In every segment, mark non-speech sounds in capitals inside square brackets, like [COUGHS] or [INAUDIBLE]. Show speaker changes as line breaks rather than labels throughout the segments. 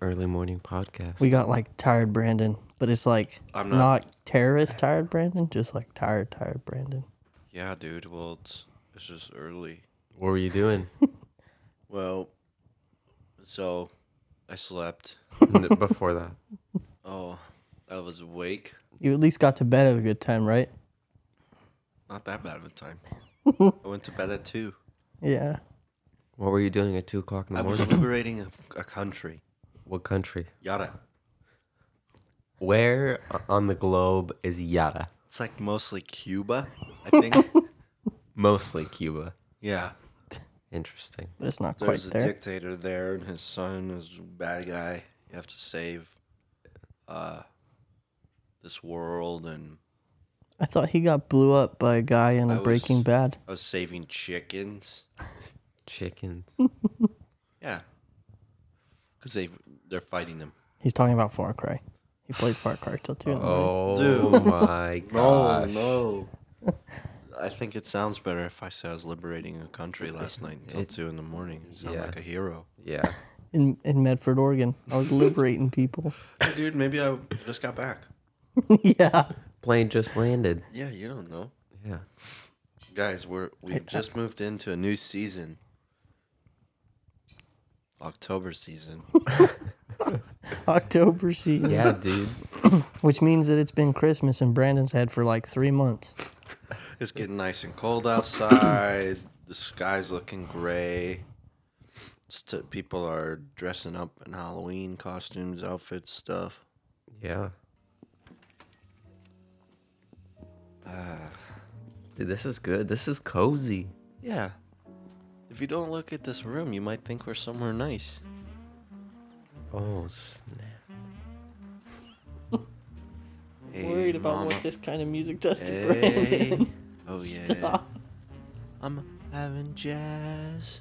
Early morning podcast.
We got like tired Brandon, but it's like
I'm
not,
not-
terrorist tired Brandon, just like tired, tired Brandon.
Yeah, dude. Well, it's it's just early.
what were you [LAUGHS] doing
Well, so I slept.
n- before that?
Oh, I was awake.
You at least got to bed at a good time, right?
Not that bad of a time. I went to bed at two.
Yeah.
What were you doing at two o'clock in
I
the
was
morning?
liberating a, a country.
What country?
Yada.
Where o- on the globe is Yada?
It's like mostly Cuba, I think.
Mostly Cuba.
yeah.
Interesting.
But it's not
There's a
quite there.
dictator there, and his son is a bad guy. You have to save uh, this world, and
I thought he got blew up by a guy in
I
a
was-
Breaking Bad.
I was saving chickens.
[LAUGHS] Chickens.
Yeah, because they they're fighting him.
He's talking about Far Cry. He played Far Cry till two. in the morning.
Oh
Dude.
my
[LAUGHS] No,
gosh.
Oh, no. [LAUGHS] I think it sounds better if I say I was liberating a country last night until two in the morning. You sound
yeah.
like a hero.
Yeah.
In in Medford, Oregon, I was liberating people. [LAUGHS]
Hey, dude, maybe I just got back.
yeah.
Plane just landed.
Yeah, you don't know,
Yeah.
guys. We're
[LAUGHS]
we've just moved into a new season. October season.
October
[LAUGHS]
season.
Yeah, dude.
Which means that it's been Christmas in Brandon's head for like three months.
It's getting nice and cold outside. the sky's looking gray. St- people are dressing up in Halloween costumes, outfits, stuff.
[SIGHS] Yeah. Dude, this is good. This is cozy.
Yeah. If you don't look at this room, you might think we're somewhere nice.
Oh snap.
Hey, mama.
this kind of music does
Hey. [LAUGHS] Oh yeah. I'm having jazz.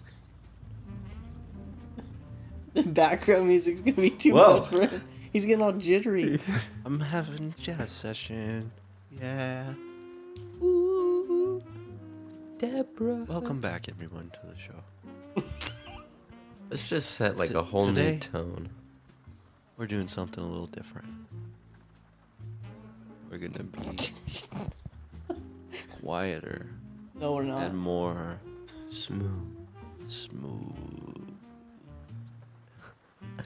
The background music's gonna be too
Whoa.
much for him. He's getting all jittery.
I'm having jazz session. Yeah.
Ooh, Deborah.
Welcome back, everyone, to the show.
Let's just set like
T-
a whole new
today-
tone.
We're doing something a little different. We're gonna be
[LAUGHS]
quieter
No, we're not.
and more
Smooth.
smooth.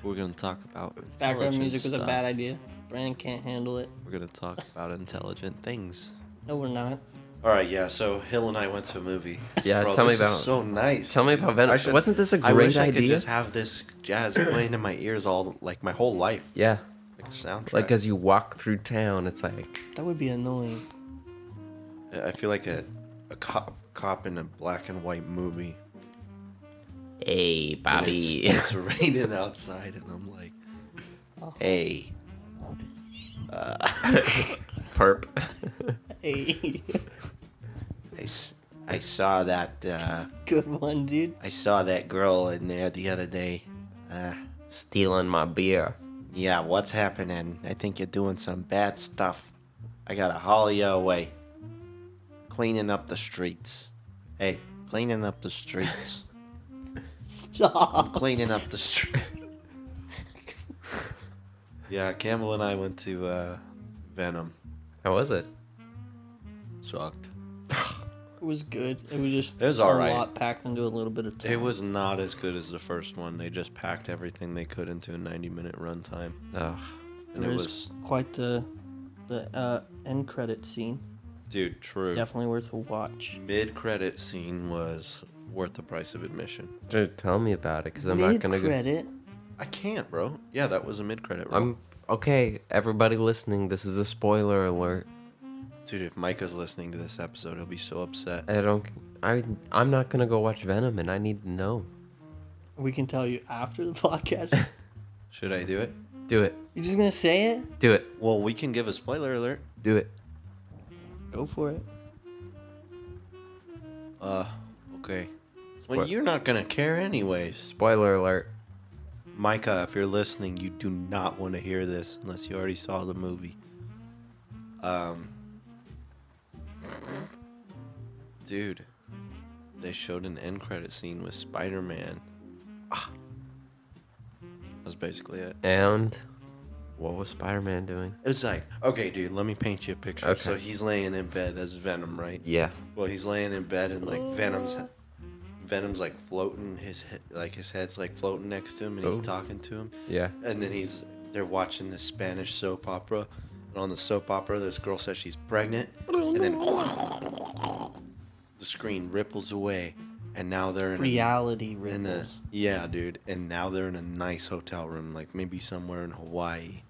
We're gonna talk about
Background
intelligent
music was a
stuff.
bad idea. Brandon can't handle it.
We're gonna talk about intelligent things.
No, we're not.
All right, yeah. So Hill and I went to a movie.
Yeah, tell me
this
about-
Is so nice.
Tell me about Venom.
I should-
Wasn't this a
I
great
wish I could
idea?
just have this jazz playing in my ears all like my whole life,
Yeah.
like soundtrack.
Like as you walk through town, it's like
That would be annoying. [LAUGHS]
I feel like a, a cop cop in a black and white movie.
Hey
And
Bobby.
It's, [LAUGHS] it's raining outside, and I'm like, hey.
[LAUGHS] Perp.
Hey, [LAUGHS]
I, s- I saw that uh,
good one, dude.
I saw that girl in there the other day. Uh,
Stealing my beer.
yeah, what's happening? I think you're doing some bad stuff. I gotta haul you away. Cleaning up the streets. Hey, cleaning up the streets.
Stop.
cleaning up the street. [LAUGHS] yeah, Campbell and I went to uh, Venom.
How was it?
Sucked.
It was good. It was just
It was
a
alright.
lot packed into a little bit of time.
It was not as good as the first one. They just packed everything they could into a 90 minute runtime.
Ugh.
And
There
it
is
was,
quite the the uh, end credit scene.
dude, true.
Definitely worth a watch.
Mid credit scene was worth the price of admission.
Dude, tell me about it, cause I'm
Mid
not gonna go.
credit.
I can't, bro. Yeah, that was a mid credit roll.
I'm okay. Everybody listening, this is a spoiler alert.
Dude, if Micah's listening to this episode, he'll be so upset.
I don't. I I'm not gonna go watch Venom, and I need to know.
We can tell you after the [LAUGHS] podcast.
Should I do it?
Do it.
You're just gonna say it?
Do it.
Well, we can give a spoiler alert.
Do it.
Go for it.
Uh, okay. Well,
What?
you're not gonna care anyways,
Spoiler alert.
Micah. If you're listening, you do not want to hear this unless you already saw the movie. Um, dude, they showed an end credit scene with Spider-Man. That's basically it.
And what was Spider Man doing?
It was like, okay, dude, let me paint you a picture.
Okay.
So he's laying in bed as Venom, right?
Yeah.
Well, he's laying in bed and like Venom's Venom's like floating his he- like his head's like floating next to him and he's
Oh.
talking to him.
Yeah.
And then he's they're watching this Spanish soap opera. And on the soap opera, this girl says she's pregnant and then the screen ripples away and now they're in a,
Reality
in a
ripples.
yeah, dude, and now they're in a nice hotel room like maybe somewhere in Hawaii,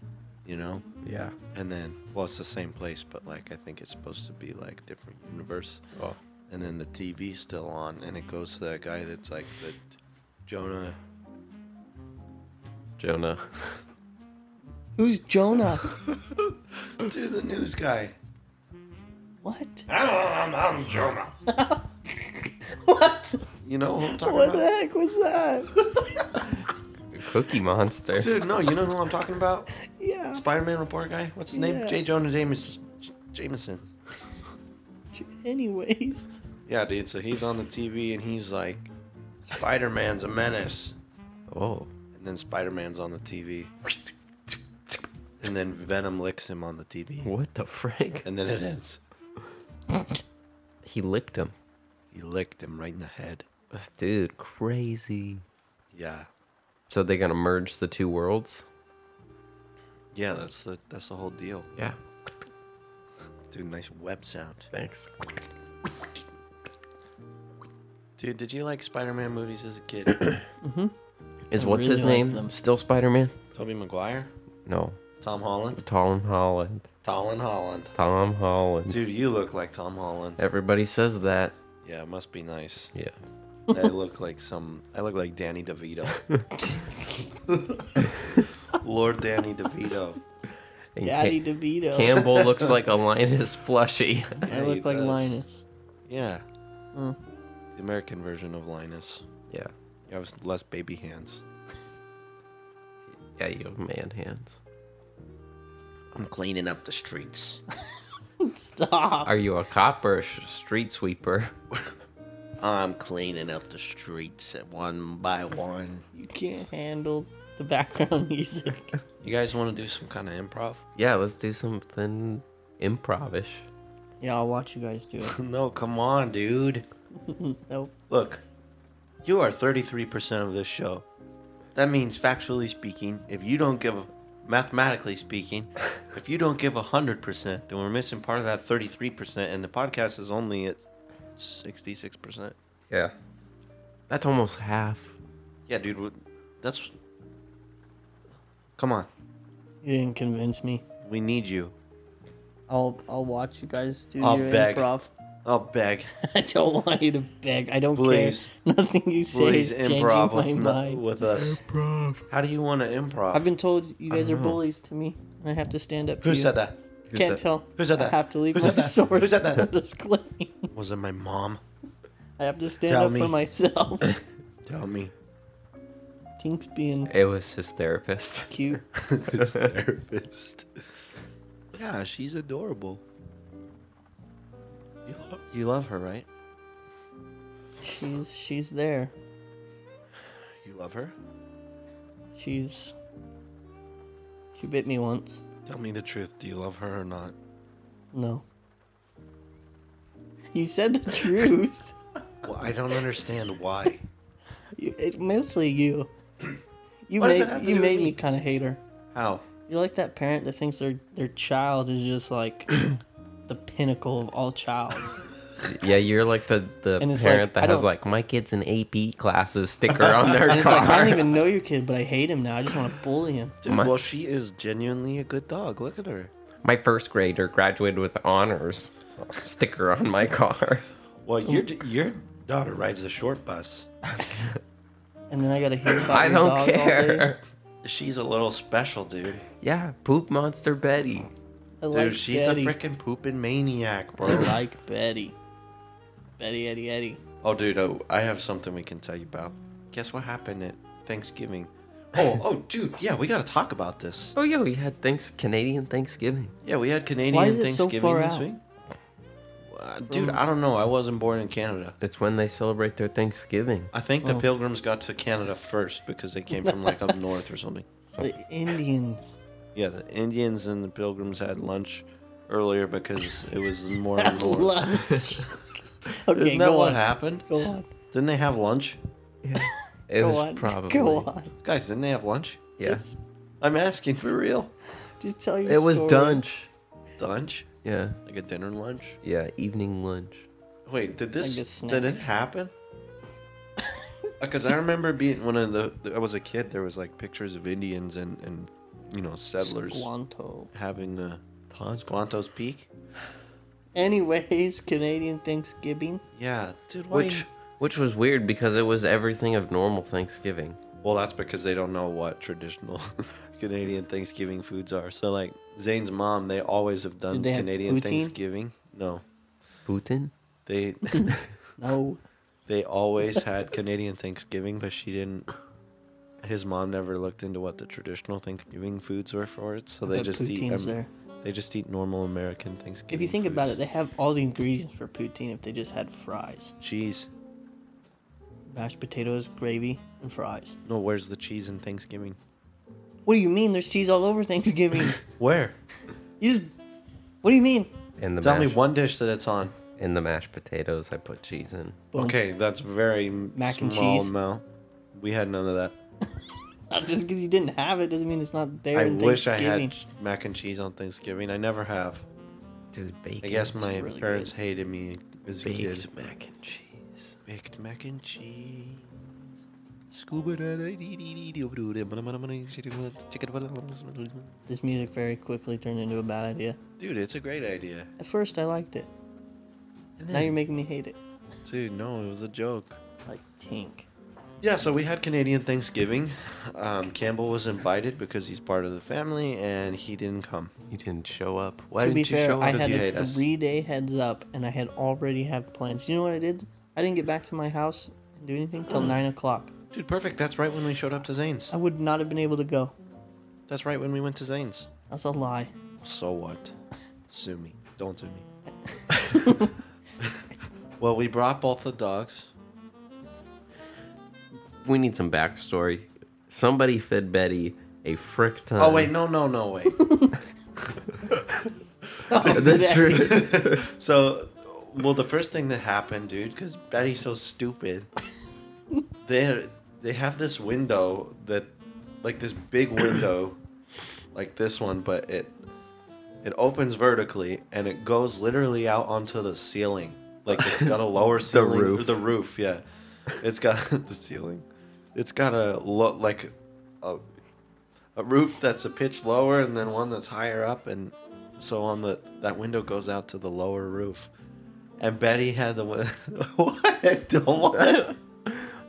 you know?
Yeah.
And then well, it's the same place, but like I think it's supposed to be like different universe
Oh.
and then the TV's still on, and it goes to that guy that's like the Jonah.
Jonah. [LAUGHS]
Who's Jonah?
To the news guy.
what?
I'm, [LAUGHS] I'm Jonah.
[LAUGHS] What?
You know who I'm talking
What the
about?
heck was [LAUGHS] that?
Cookie Monster.
Dude, no, you know who I'm talking about?
yeah.
Spider-Man report guy. What's his name?
Yeah.
J. Jonah Jameson. Jameson.
Anyways.
Yeah, dude. So he's on the TV, and he's like, Spider-Man's a menace.
Oh.
And then Spider-Man's on the TV. And then Venom licks him on the TV.
What the frick?
And then it ends.
He licked him.
He licked him right in the head.
Dude, crazy.
Yeah.
So they're gonna merge the two worlds?
Yeah, that's the that's the whole deal.
Yeah.
Dude, nice web sound.
Thanks.
Dude, did you like Spider-Man movies as a [COUGHS] kid?
Is
I
what's
really
his
like
name?
them.
Still Spider Man?
Tobey Maguire,
No.
Tom Holland,
Tom Holland.
Tom Holland.
Tom Holland.
Dude, you look like Tom Holland.
Everybody says that.
Yeah, it must be nice.
Yeah.
I look like some. I look like Danny
[LAUGHS]
DeVito. Lord Danny DeVito.
And Ca-
Daddy [LAUGHS] DeVito.
Campbell looks like a Linus plushie. [LAUGHS]
I
Yeah, he
look like
does.
Linus.
Yeah.
Mm.
The American version of Linus.
yeah.
You have less baby hands.
Yeah, you have man hands.
I'm cleaning up the streets.
[LAUGHS] Stop.
Are you a cop or a sh- street sweeper? [LAUGHS]
I'm cleaning up the streets one by one.
You can't handle the background [LAUGHS] music.
You guys want to do some kind of improv? [LAUGHS]
Yeah, let's do something improvish.
Yeah, I'll watch you guys do [LAUGHS] it.
no, come on, dude.
Nope.
Look, you are 33% of this show. That means, factually speaking, if you don't give, a, mathematically speaking,
[LAUGHS]
if you don't give 100%, then we're missing part of that 33%, and the podcast is only at 66%.
Yeah. That's almost half.
Yeah, dude, what- that's. Come on.
You didn't convince me.
We need you.
I'll I'll watch you guys do
I'll
your
beg.
improv. [LAUGHS]
I'll Oh, beg.
I don't want you to beg. I don't
Please.
care. [LAUGHS] Nothing you say
Please
is changing
improv
my
with, no-
mind.
with us. How do you want to improv?
I've been told you guys are
know.
bullies to me, and I have to stand up.
Who
to you.
said that?
Who
Can't
said-
tell.
Who said that?
I have to leave
Who
my
said that?
source.
Who
[LAUGHS]
said that?
disclaiming.
Was it my mom?
I have to stand
Tell
up
me.
for
[LAUGHS]
myself.
Tell me.
Tink's being
It was his therapist.
cute.
[LAUGHS] his therapist. Yeah, she's adorable. You love, you love her, right?
She's she's there.
You love her?
She's she bit me once.
Tell me the truth. Do you love her or not?
No. You said
[LAUGHS]
the truth.
Well, I don't understand why.
You- It's mostly you. You
What does
made
that have to
you
do with
made me,
me?
kind of hate her.
[LAUGHS] How?
You're like that parent that thinks their their child is just
[CLEARS THROAT]
like the pinnacle of all childs.
Yeah, you're like the, the
And
parent
it's like,
that
I
has
don't-
like my kid's an AP classes
[LAUGHS]
sticker on their
And it's
car.
like I don't even know your kid, but I hate him now. I just want to bully him.
Dude,
My-
well, she is genuinely a good dog. Look at her.
My first grader graduated with honors sticker on my car.
Well, your your daughter rides the short bus.
And then I gotta
[LAUGHS]
hear about
I
your
don't
dog all day.
care.
She's a little special, dude.
Yeah, poop monster Betty.
I
Dude,
like
she's
Betty.
a freaking pooping maniac,
I
bro.
like Betty. Eddie, Eddie, Eddie.
Oh, dude, oh, I have something we can tell you about. Guess what happened at Thanksgiving? Oh, oh, dude, yeah, we gotta talk about this.
Oh, yeah, we had thanks Canadian Thanksgiving.
Yeah, we had Canadian
Why is it so
Thanksgiving
far
this
out?
week. Uh, dude, I don't know. I wasn't born in Canada.
It's when they celebrate their Thanksgiving.
I think the
Oh.
Pilgrims got to Canada first because they came
[LAUGHS]
from like up north or something.
The Indians.
Yeah, the Indians and the Pilgrims had lunch earlier because
[LAUGHS]
it was more
At
north.
[LAUGHS] lunch. okay,
Isn't that
go
what
on.
happened?
Go on.
Didn't they have lunch,
It
Go
was
on.
probably.
Go on.
guys? Didn't they have lunch?
Yeah.
Just,
I'm asking for real.
just tell your
It was
story.
lunch.
Lunch,
Yeah.
like a dinner lunch.
Yeah. Evening lunch.
Wait, did
Like a
this
snack.
did it
[LAUGHS]
happen? Because I remember being one of the I was a kid. There was like pictures of Indians and and you know settlers
Squanto.
having the Squantos Peak.
Anyways, Canadian Thanksgiving.
Yeah, dude. Why
Which, which was weird because it was everything of normal Thanksgiving.
Well, that's because they don't know what traditional [LAUGHS] Canadian Thanksgiving foods are. So like Zane's mom, they always have done
Did they have
Canadian
poutine?
Thanksgiving. No,
Putin?
[LAUGHS]
they
No.
they always had Canadian Thanksgiving, but she didn't. His mom never looked into what the traditional Thanksgiving foods were for it, so they
But
just eat.
poutine's
um,
there.
They just eat normal American Thanksgiving.
If you think about it,
foods.
they have all the ingredients for poutine if they just had fries.
cheese.
Mashed potatoes, gravy, and fries.
No, where's the cheese in Thanksgiving?
What do you mean? There's cheese all over
[LAUGHS]
Thanksgiving.
Where?
you just, what do you mean?
And the
Tell
mashed,
me one dish that it's on.
And the mashed potatoes I put cheese in.
Boom.
Okay, that's very Mac
Mac
small
and cheese?
amount. We had none of that.
Not Uh, just because you didn't have it doesn't mean it's not there.
I
in
wish I had
Thanksgiving.
mac and cheese on Thanksgiving. I never have.
Dude, bacon.
I guess my
really
parents
good.
hated me as a kid.
baked mac and cheese.
Baked mac and cheese. Scuba da da dee dee dee dee doo doo doo.
This music very quickly turned into a bad idea.
Dude, it's a great idea.
At first, I liked it.
And
Now you're
then-
making me hate it.
Dude, no, it was a joke.
Like Tink.
Yeah, so we had Canadian Thanksgiving. Um, Campbell was invited because he's part of the family, and he didn't come.
You didn't show up. Why
to
didn't
be
you
fair,
show
I
up?
Because
had
you hate
a
us.
three-day heads up, and I had already had plans. You know what I did? I didn't get back to my house and do anything till nine o'clock.
Dude, perfect. That's right when we showed up to Zane's.
I would not have been able to go.
That's right when we went to Zane's.
That's a lie.
So what? Sue me. Don't sue me. [LAUGHS] well, we brought both the dogs.
we need some backstory. Somebody fed Betty a frick ton.
Oh
[LAUGHS]
wait, no, no, no, wait.
That's true.
so, well, the first thing that happened, dude, because Betty's so stupid, they they have this window that, like this big window, like this one, but it it opens vertically and it goes literally out onto the ceiling. Like it's got a lower ceiling, or
roof.
the roof, yeah. It's got [LAUGHS] the ceiling. It's got a lo- like a a roof that's a pitch lower and then one that's higher up and so on the that window goes out to the lower roof and betty had the wi- [LAUGHS] what what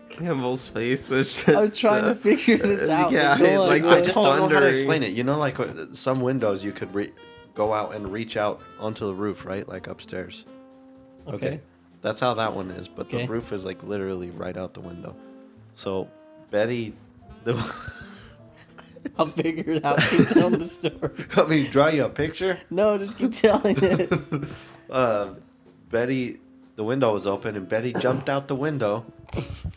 Campbell's face was just.
I'm trying
uh,
to figure this out.
yeah,
but go
it's
on,
like,
go
I
i
on.
just don't know how to
Thundering.
explain it you know like with- some windows you could re- go out and reach out onto the roof right like upstairs okay,
Okay.
that's how that one is but
Okay.
the roof is like literally right out the window so betty [LAUGHS] the
I'll figure it out. Keep telling the story.
let me draw you a picture
No, just keep telling it.
um, Betty, the window was open, and Betty jumped out the window.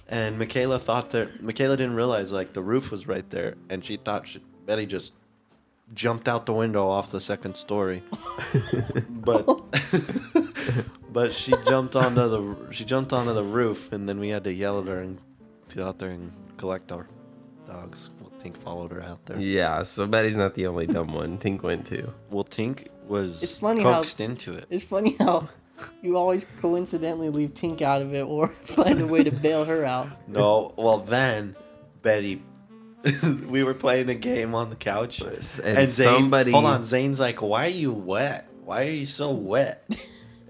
And Michaela thought that Michaela didn't realize like the roof was right there, and she thought she, Betty just jumped out the window off the second story. but [LAUGHS] but she jumped onto the she jumped onto the roof, and then we had to yell at her and go out there and collect our dogs. Well, Tink followed her out there.
Yeah, so Betty's not the only dumb one. Tink went too.
Well, Tink was
It's funny how-
coaxed into it.
It's funny how you always coincidentally leave Tink out of it or [LAUGHS] find a way to bail her out.
No, well then, Betty, [LAUGHS] we were playing a game on the couch,
and
Zane,
somebody-
Hold on, Zane's like, "Why are you wet? Why are you
[LAUGHS]
so wet?"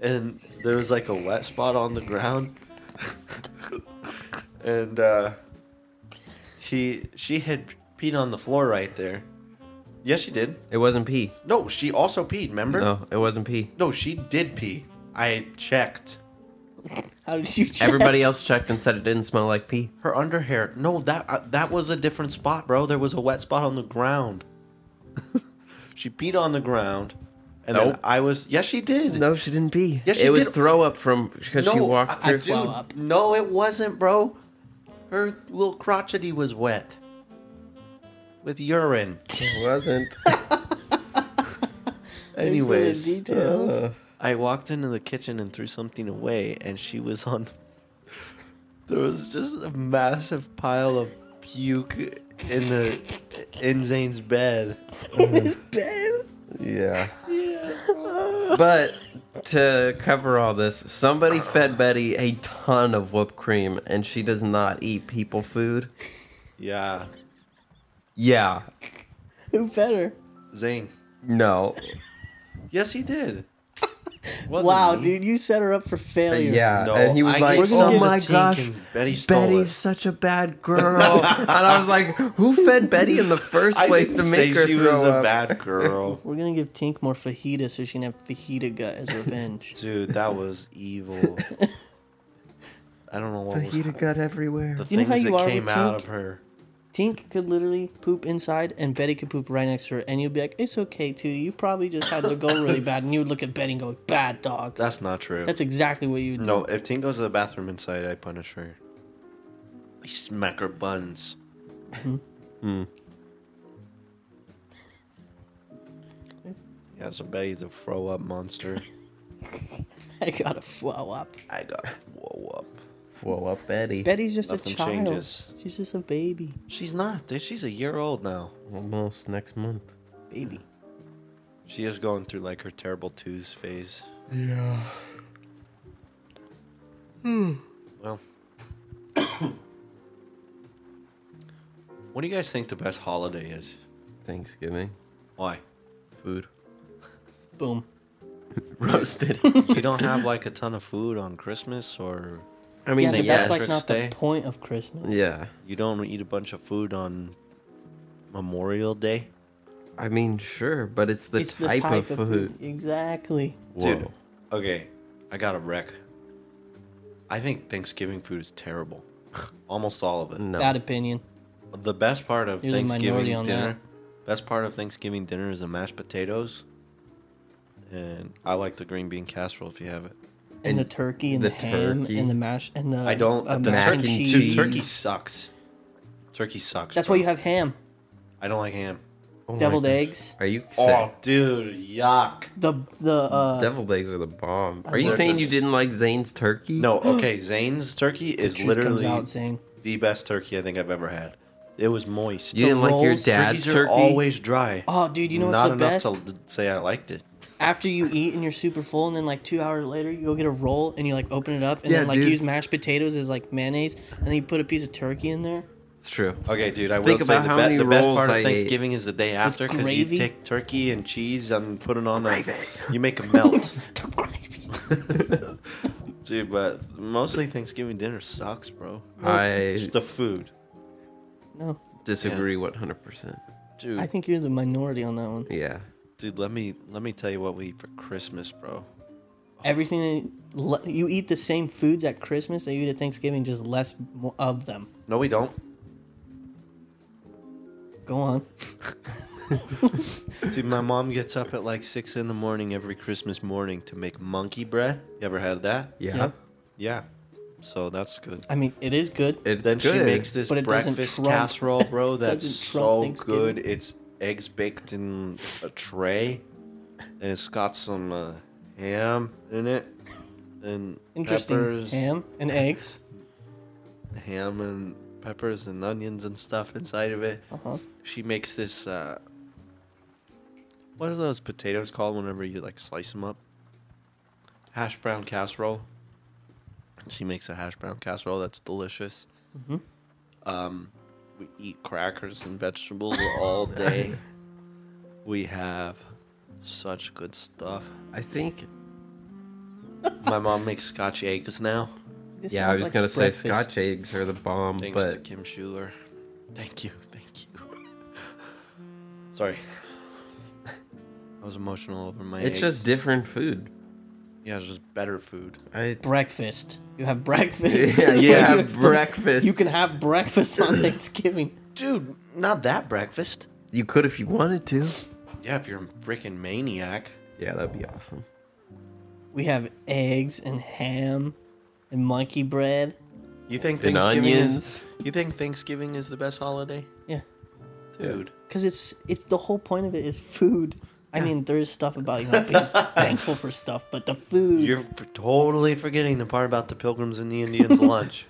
And there was like a wet spot on the ground, [LAUGHS] and uh, she she had peed on the floor right there. Yes, she did.
It wasn't pee.
No, she also peed. Remember?
No, it wasn't pee.
No, she did pee. I checked.
How did you check? [LAUGHS]
Everybody else checked and said it didn't smell like pee.
Her underhair. No, that uh, that was a different spot, bro. There was a wet spot on the ground. [LAUGHS] she peed on the ground, and
Nope.
then I was. Yes, she did.
No, she didn't pee.
Yes, she
it was
did.
throw up from because she walked
I- I-
through.
dude,
Throw up.
No, it wasn't, bro. Her little crotchety was wet
[LAUGHS]
with urine. [LAUGHS]
it wasn't.
Thanks
Anyways, Uh.
for the details.
I walked into the kitchen and threw something away, and she was on. The, [LAUGHS] there was just a massive pile of puke in the in Zane's bed.
Ben.
yeah. But to cover all this, somebody fed Betty a ton of whipped cream, and she does not eat people food.
Yeah,
Yeah.
Who better?
Zane.
No.
Yes,
[LAUGHS]
he did. Wasn't
Wow,
he?
dude, you set her up for failure.
Yeah.
No,
and he was
I
like,
gave some
"Oh
to
my
Tink
gosh,
and Betty stole
Betty's
it."
such a bad girl." [LAUGHS] and I was like, "Who fed Betty in the first
I
place to
didn't
make
say
her
she
throw
was
up?" [LAUGHS]
a bad girl.
We're gonna give Tink more fajita so she can have fajita gut as
[LAUGHS]
revenge.
Dude, that was
[LAUGHS]
evil. I don't know what was
Fajita gut everywhere.
the
You know how
things
you
that
are
came
with
out
Tink?
of her.
Tink could literally poop inside, and Betty could poop right next to her, and you'd be like, "It's okay, too. You probably just had
[LAUGHS]
to go really bad." And you would look at Betty and go, "Bad dog."
That's not true.
That's exactly what you would do.
no, if Tink goes to the bathroom inside, I punish her. I smack her buns. Yeah, so Betty's a throw up monster.
[LAUGHS] I gotta flow up.
I got whoa up.
Whoa up, Betty.
Betty's just
Nothing
a child.
changes.
She's just a baby,
She's not, dude. She's a year old now.
Almost next month.
baby.
She is going through like her terrible twos phase.
Yeah.
Well, [COUGHS] what do you guys think the best holiday is?
Thanksgiving
Why?
food
Boom.
[LAUGHS]
roasted.
you don't have like a ton of food on Christmas, or
I
Yeah,
mean,
say
but
yeah,
that's like
Christmas
not
Day.
the point of Christmas.
yeah.
you don't eat a bunch of food on Memorial Day.
I mean, sure, but it's the,
it's the
type, of food.
Exactly.
Whoa.
Dude, okay, I got a wreck. I think Thanksgiving food is terrible. [LAUGHS] Almost all of it.
no.
Bad opinion.
The best part of
You're the
Thanksgiving
minority
dinner,
on
best part of Thanksgiving dinner is the mashed potatoes, and I like the green bean casserole if you have it.
And,
And
the turkey and
the
the, ham
turkey.
and the mash and the
I don't.
uh,
the
mac
turkey,
and
turkey-
dude,
cheese.
turkey sucks. Turkey sucks.
That's
bro.
why you have ham,
I don't like ham.
Oh my
deviled
gosh.
eggs.
Are you
Oh,
saying
dude, yuck.
The the uh,
deviled eggs are the bomb? Are you
love
saying
this.
you didn't like Zane's turkey?
No, okay. Zane's turkey is
truth comes
literally
out saying
the best turkey I think I've ever had. It was moist.
you didn't like your
rolls,
dad's
Turkeys
turkey.
are always dry.
Oh, dude, you know what's
Not
the
enough
best?
to say I liked it.
After you eat and you're super full, and then like two hours later, you go get a roll and you like open it up and
Yeah,
then like
dude.
use mashed potatoes as like mayonnaise, and then you put a piece of turkey in there.
it's true.
Okay, dude, I
Think
will say
about
the,
how
be-
many
the best
rolls
part
I
of
ate.
Thanksgiving is the day after because you
gravy.
take turkey and cheese and put it on a, [LAUGHS] you make
[LAUGHS]
them melt.
The gravy.
dude, but mostly Thanksgiving dinner sucks, bro.
I
Just the food,
No,
disagree 100%.
dude.
I think you're the minority on that one.
Yeah.
Dude, let me let me tell you what we eat for Christmas, bro.
Everything that you, le- you eat the same foods at Christmas that you eat at Thanksgiving, just less mo- of them.
No, we don't.
Go on.
Dude, my mom gets up at like six in the morning every Christmas morning to make monkey bread. You ever had that?
Yeah.
Yep.
Yeah. So that's good.
I mean, it is good.
It's
then
good.
she makes this
But it doesn't
breakfast
trump- [LAUGHS]
casserole, bro.
it
That's
doesn't trump
so
Thanksgiving.
good. It's eggs baked in a tray, and it's got some uh, ham in it, and
Interesting.
peppers,
Ham and eggs.
ham and peppers and onions and stuff inside of it.
Uh huh.
she makes this uh what are those potatoes called whenever you like slice them up hash brown casserole she makes a hash brown casserole that's delicious um we eat crackers and vegetables all day we have such good stuff
I think.
my mom makes scotch eggs now
Yeah, I was going to say scotch eggs are the bomb,
thanks to
but
kim schuler thank you thank you [LAUGHS] sorry i was emotional over my
it's
eggs.
just different food.
Yeah, it's just better food.
I,
breakfast. You have
[LAUGHS]
breakfast.
yeah, you
Like,
have breakfast.
[LAUGHS] You can have breakfast
[COUGHS]
on Thanksgiving.
Dude, not that breakfast.
You could if you wanted to.
Yeah, if you're a freaking maniac.
Yeah, that'd be awesome.
We have eggs and ham and monkey bread.
You think
And
Thanksgiving is
onions.
You think Thanksgiving is the best holiday?
Yeah,
Dude.
because it's it's the whole point of it is food. I mean, there is stuff about you know being thankful for stuff, but the food.
You're f- totally forgetting the part about the pilgrims and the [LAUGHS] Indians lunch.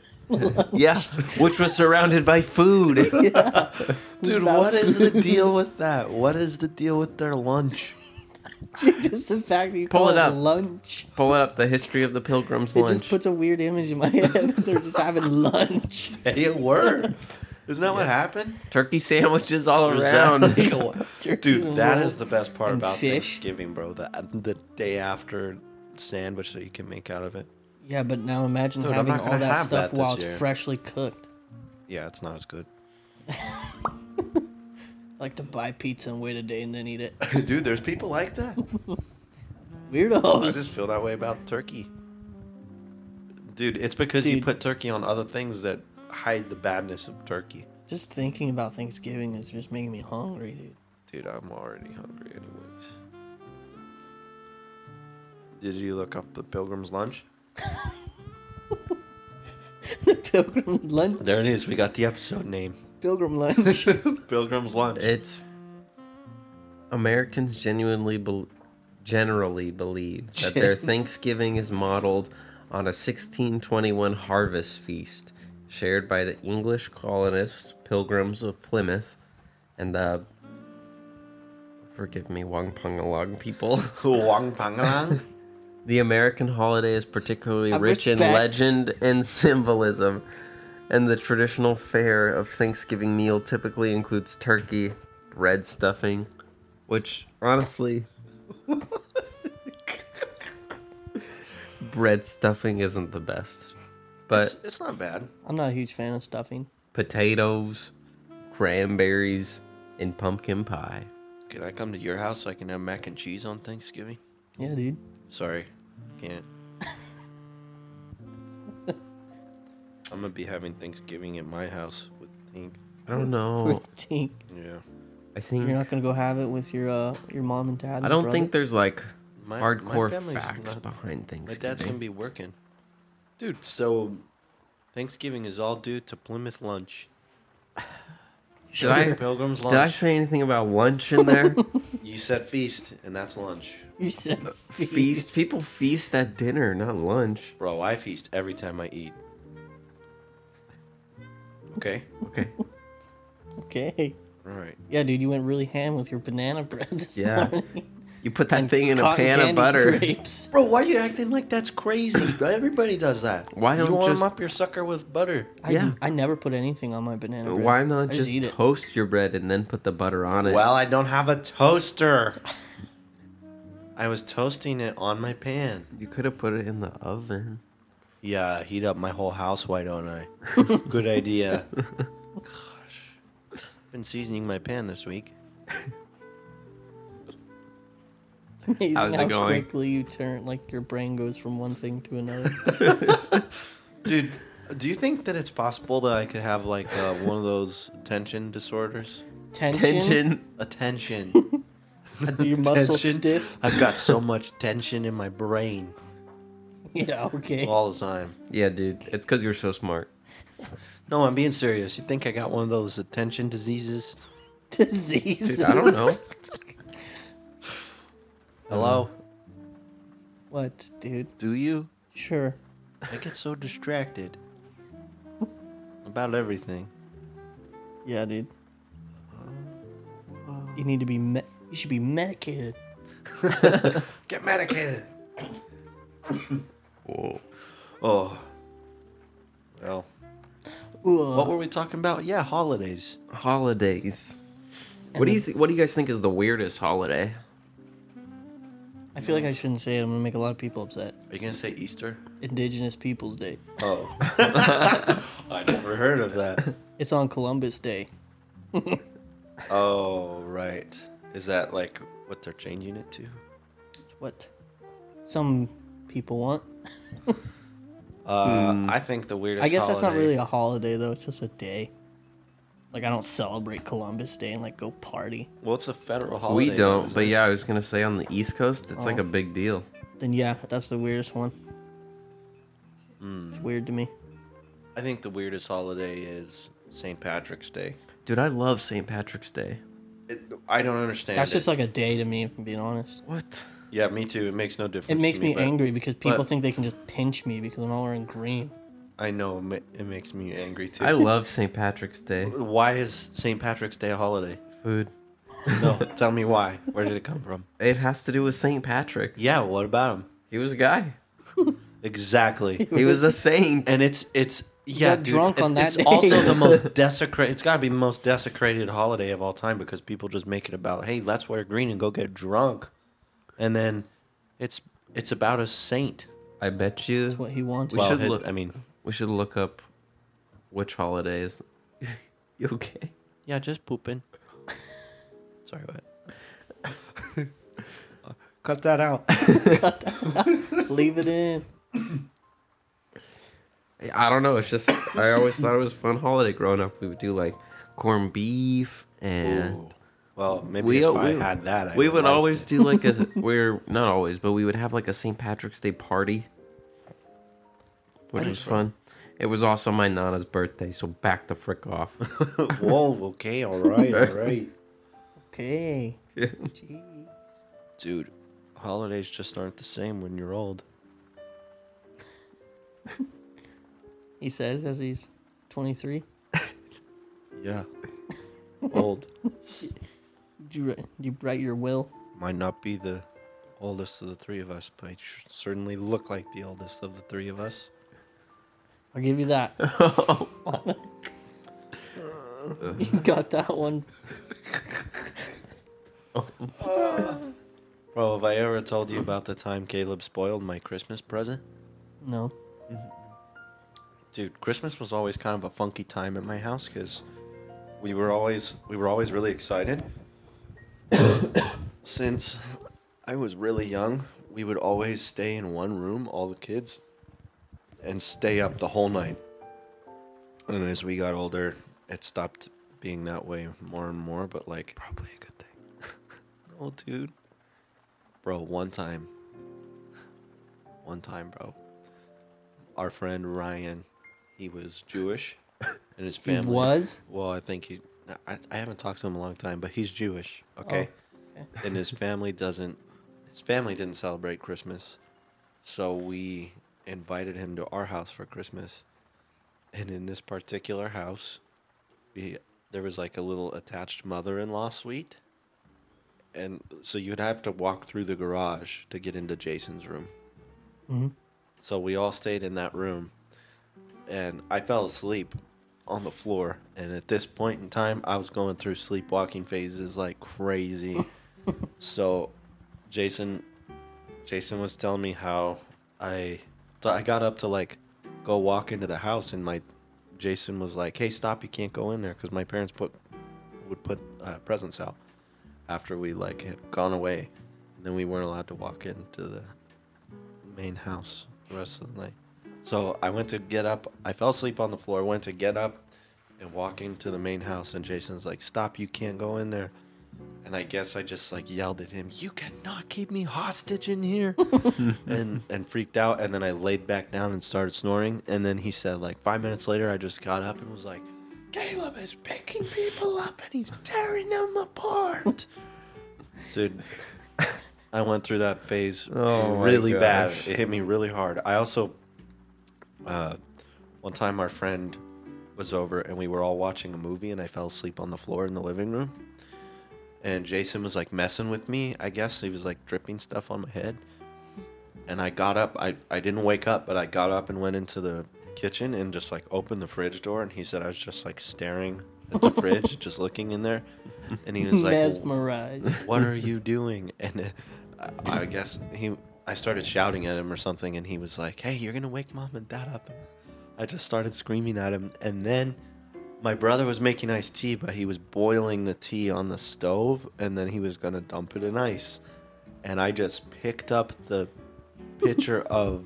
Yeah, [LAUGHS] which was surrounded by food.
Dude,
about
what is the deal with that? What is the deal with their lunch?
[LAUGHS] just the fact that you
Pull
call
it
it,
up.
lunch.
Pull up the history of the Pilgrim's
It
Lunch.
just puts a weird image in my head [LAUGHS] that they're just
[LAUGHS]
having lunch.
Hey, it worked. [LAUGHS] Isn't that what happened?
Turkey sandwiches
[LAUGHS]
all
Or is
around.
that
[LAUGHS]
like a-
Turkeys
Dude,
and
that
roll.
is the best part
and
about
fish.
Thanksgiving, bro. The, the day after sandwich that you can make out of it.
Yeah, but now imagine
Dude, I'm
having
not
all
gonna
that
have
stuff
that this
while it's
year.
freshly cooked.
Yeah, it's not as good.
Like to buy pizza and wait a day and then eat it.
[LAUGHS] Dude, there's people like that. I
[LAUGHS] Weirdos.
just feel that way about turkey. Dude, it's because you
Dude.
put turkey on other things that hide the badness of turkey.
Just thinking about Thanksgiving is just making me hungry, dude.
Dude, I'm already hungry anyways. Did you look up the pilgrim's lunch?
[LAUGHS] The pilgrim lunch.
There it is. We got the episode name. [LAUGHS]
Pilgrim [LAUGHS] lunch.
Pilgrim's lunch.
It's Americans genuinely bel generally believe that their Thanksgiving is modeled on a 1621 harvest feast shared by the English colonists, pilgrims of Plymouth, and the forgive me, Wangpungalong people. [LAUGHS]
Wang Pangalang.
The American holiday is particularly
I
rich in
respect-
legend and [LAUGHS] symbolism, and the traditional fare of Thanksgiving meal typically includes turkey, bread stuffing, which honestly, bread stuffing isn't the best, but
it's, it's not bad.
I'm not a huge fan of stuffing.
potatoes, cranberries, and pumpkin pie.
Can I come to your house so I can have mac and cheese on Thanksgiving?
Yeah,
[LAUGHS]
dude.
Sorry, [LAUGHS] can't. I'm gonna be having Thanksgiving at my house with Pink.
I don't know.
[LAUGHS] Tink.
Yeah.
I think
You're not gonna go have it with your uh your mom and dad. And
I don't
brother?
think there's like
My- my
hardcore
family's
facts
not-
behind Thanksgiving.
My dad's gonna be working. Dude, so Thanksgiving is all due to Plymouth lunch.
Did I-
Pilgrim's
Did I
lunch.
say anything about lunch in there?
You said feast, and that's lunch.
you said
feast. People feast at dinner, not lunch.
Bro, I feast every time I eat. Okay.
Okay.
Okay.
All right.
Yeah, dude, you went really ham with your banana bread this
Yeah.
morning.
[LAUGHS] You put that thing in a
Cotton
pan of
candy
butter.
Grapes.
Bro, why are you acting like that's [COUGHS] crazy? bro? Everybody does that.
Why don't
you warm
just-
up your sucker with butter?
I,
Yeah.
I never put anything on my banana
[LAUGHS]
bread.
Why not
I
just, [LAUGHS]
eat it?
toast your bread and then put the butter on it?
Well, I don't have a toaster. [LAUGHS] I was toasting it on my pan.
you could have put it in the oven.
Yeah, heat up my whole house. Why don't [LAUGHS] I? Good [LAUGHS] idea. Gosh, been seasoning my pan this week.
Amazing
How's it
how
going?
quickly you turn, like your brain goes from one thing to
[LAUGHS]
another.
Dude, do you think that it's possible that I could have like uh, one of those tension [LAUGHS] disorders?
Tension.
Tension.
Attention.
[LAUGHS] Your muscles
[LAUGHS]
stiff.
I've got so much tension in my brain
Yeah. Okay. [LAUGHS]
all the time.
Yeah, dude. It's because you're so smart.
No, I'm being serious. You think I got one of those attention diseases?
Disease.
Dude, I don't know.
Hello?
[LAUGHS] What, dude?
Mm. Do you?
Sure.
I get so distracted about everything.
Yeah, dude. You need to be. Me- you should be medicated.
Get medicated.
Whoa.
Oh. Well, what
Whoa.
were we talking about? Yeah, holidays.
Holidays. What do you th- What do you guys think is the weirdest holiday?
I feel like I shouldn't say it. I'm gonna make a lot of people upset.
Are you going to say Easter?
Indigenous Peoples Day. [LAUGHS]
Oh. [LAUGHS] I never heard of that.
It's on Columbus Day.
Oh, right. Is that like what they're changing it to?
What? Some people want.
Uh, I think the weirdest.
I guess that's not
holiday-
really a holiday though. It's just a day. Like I don't celebrate Columbus Day and like go party.
Well, it's a federal holiday.
We
though,
don't,
isn't
but
it?
yeah, I was gonna say on the East Coast, it's like a big deal.
Then yeah, that's the weirdest one.
Hmm.
It's weird to me.
I think the weirdest holiday is St. Patrick's Day.
Dude, I love St. Patrick's Day.
It, I don't understand.
That's just
it.
like a day to me, if I'm being honest.
What?
yeah, me too. It makes no difference.
It makes
to
me
but
angry because people
but-
think they can just pinch me because I'm all wearing green.
I know it ma- it makes me angry too.
I love St. Patrick's Day.
Why is St. Patrick's Day a holiday?
Food.
No, [LAUGHS] tell me why. Where did it come from?
It has to do with St. Patrick.
Yeah, what about him?
He was a guy.
[LAUGHS]
Exactly.
He was a saint.
[LAUGHS] And it's it's yeah,
got
dude,
drunk
it-
on that
it's
day.
also
[LAUGHS]
the most desecrated. It's got to be the most desecrated holiday of all time because people just make it about hey, let's wear green and go get drunk, and then it's it's about a saint.
I bet you
What he wants.
We
Well,
should
it-
look-
I mean,
we should look up which holidays. [LAUGHS] you okay?
yeah, just pooping. [LAUGHS] Sorry, what? [LAUGHS] Cut that out.
Leave it in.
I don't know. It's just I always thought it was a fun holiday growing up. We would do like corned beef and
Ooh. Well, maybe
we,
if
we
I had that, I
we would
liked
always
it.
do like
[LAUGHS]
a we're not always, but we would have like a St. Patrick's Day party, which was fun. It was also my nana's birthday, so back the frick off.
[LAUGHS] Whoa, okay, all right, all
[LAUGHS]
right. [LAUGHS]
Okay.
Yeah.
Gee.
Dude, holidays just aren't the same when you're old.
He says as he's 23.
[LAUGHS]
Yeah. old
Did you, write, did you write your will?
might not be the oldest of the three of us, but I sh- certainly look like the oldest of the three of us.
I'll give you
[LAUGHS]
that.
Oh
you got that one.
Bro, have I ever told you about the time Caleb spoiled my Christmas present?
No.
dude christmas was always kind of a funky time at my house because we were always we were always really excited [COUGHS] since i was really young we would always stay in one room all the kids and stay up the whole night and as we got older it stopped being that way more and more but like
Probably a good thing.
oh dude bro one time one time bro our friend ryan he was [LAUGHS] jewish and his family
was?
well i think he I, I haven't talked to him in a long time but he's jewish Oh, okay, and his family doesn't his family didn't celebrate christmas so we invited him to our house for christmas and in this particular house we there was like a little attached mother-in-law suite and so you'd have to walk through the garage to get into Jason's room. So we all stayed in that room, and I fell asleep on the floor. And at this point in time, I was going through sleepwalking phases like crazy. so, Jason, Jason was telling me how I, so I got up to like go walk into the house, and my Jason was like, "Hey, stop! You can't go in there because my parents put would put uh, presents out." after we like had gone away and then we weren't allowed to walk into the main house the rest of the night so i went to get up i fell asleep on the floor went to get up and walk into the main house and jason's like stop you can't go in there and i guess i just like yelled at him you cannot keep me hostage
[LAUGHS]
in here and and freaked out and then i laid back down and started snoring and then he said like five minutes later i just got up and was like caleb is picking people up and he's tearing them apart dude i went through that phase
[LAUGHS] Oh my
really bad
gosh.
it hit me really hard i also uh, one time our friend was over and we were all watching a movie and i fell asleep on the floor in the living room and jason was like messing with me i guess he was like dripping stuff on my head and I got up. I, I didn't wake up, but I got up and went into the kitchen and just like opened the fridge door. And he said I was just like staring at the fridge, just looking in there. And he was like,
Mesmerized.
"What are you doing?" [LAUGHS] And uh, I, I guess he, I started shouting at him or something, and he was like, "Hey, you're gonna wake mom and dad up." And I just started screaming at him, and then. My brother was making iced tea, but he was boiling the tea on the stove, and then he was gonna dump it in ice. And I just picked up the pitcher of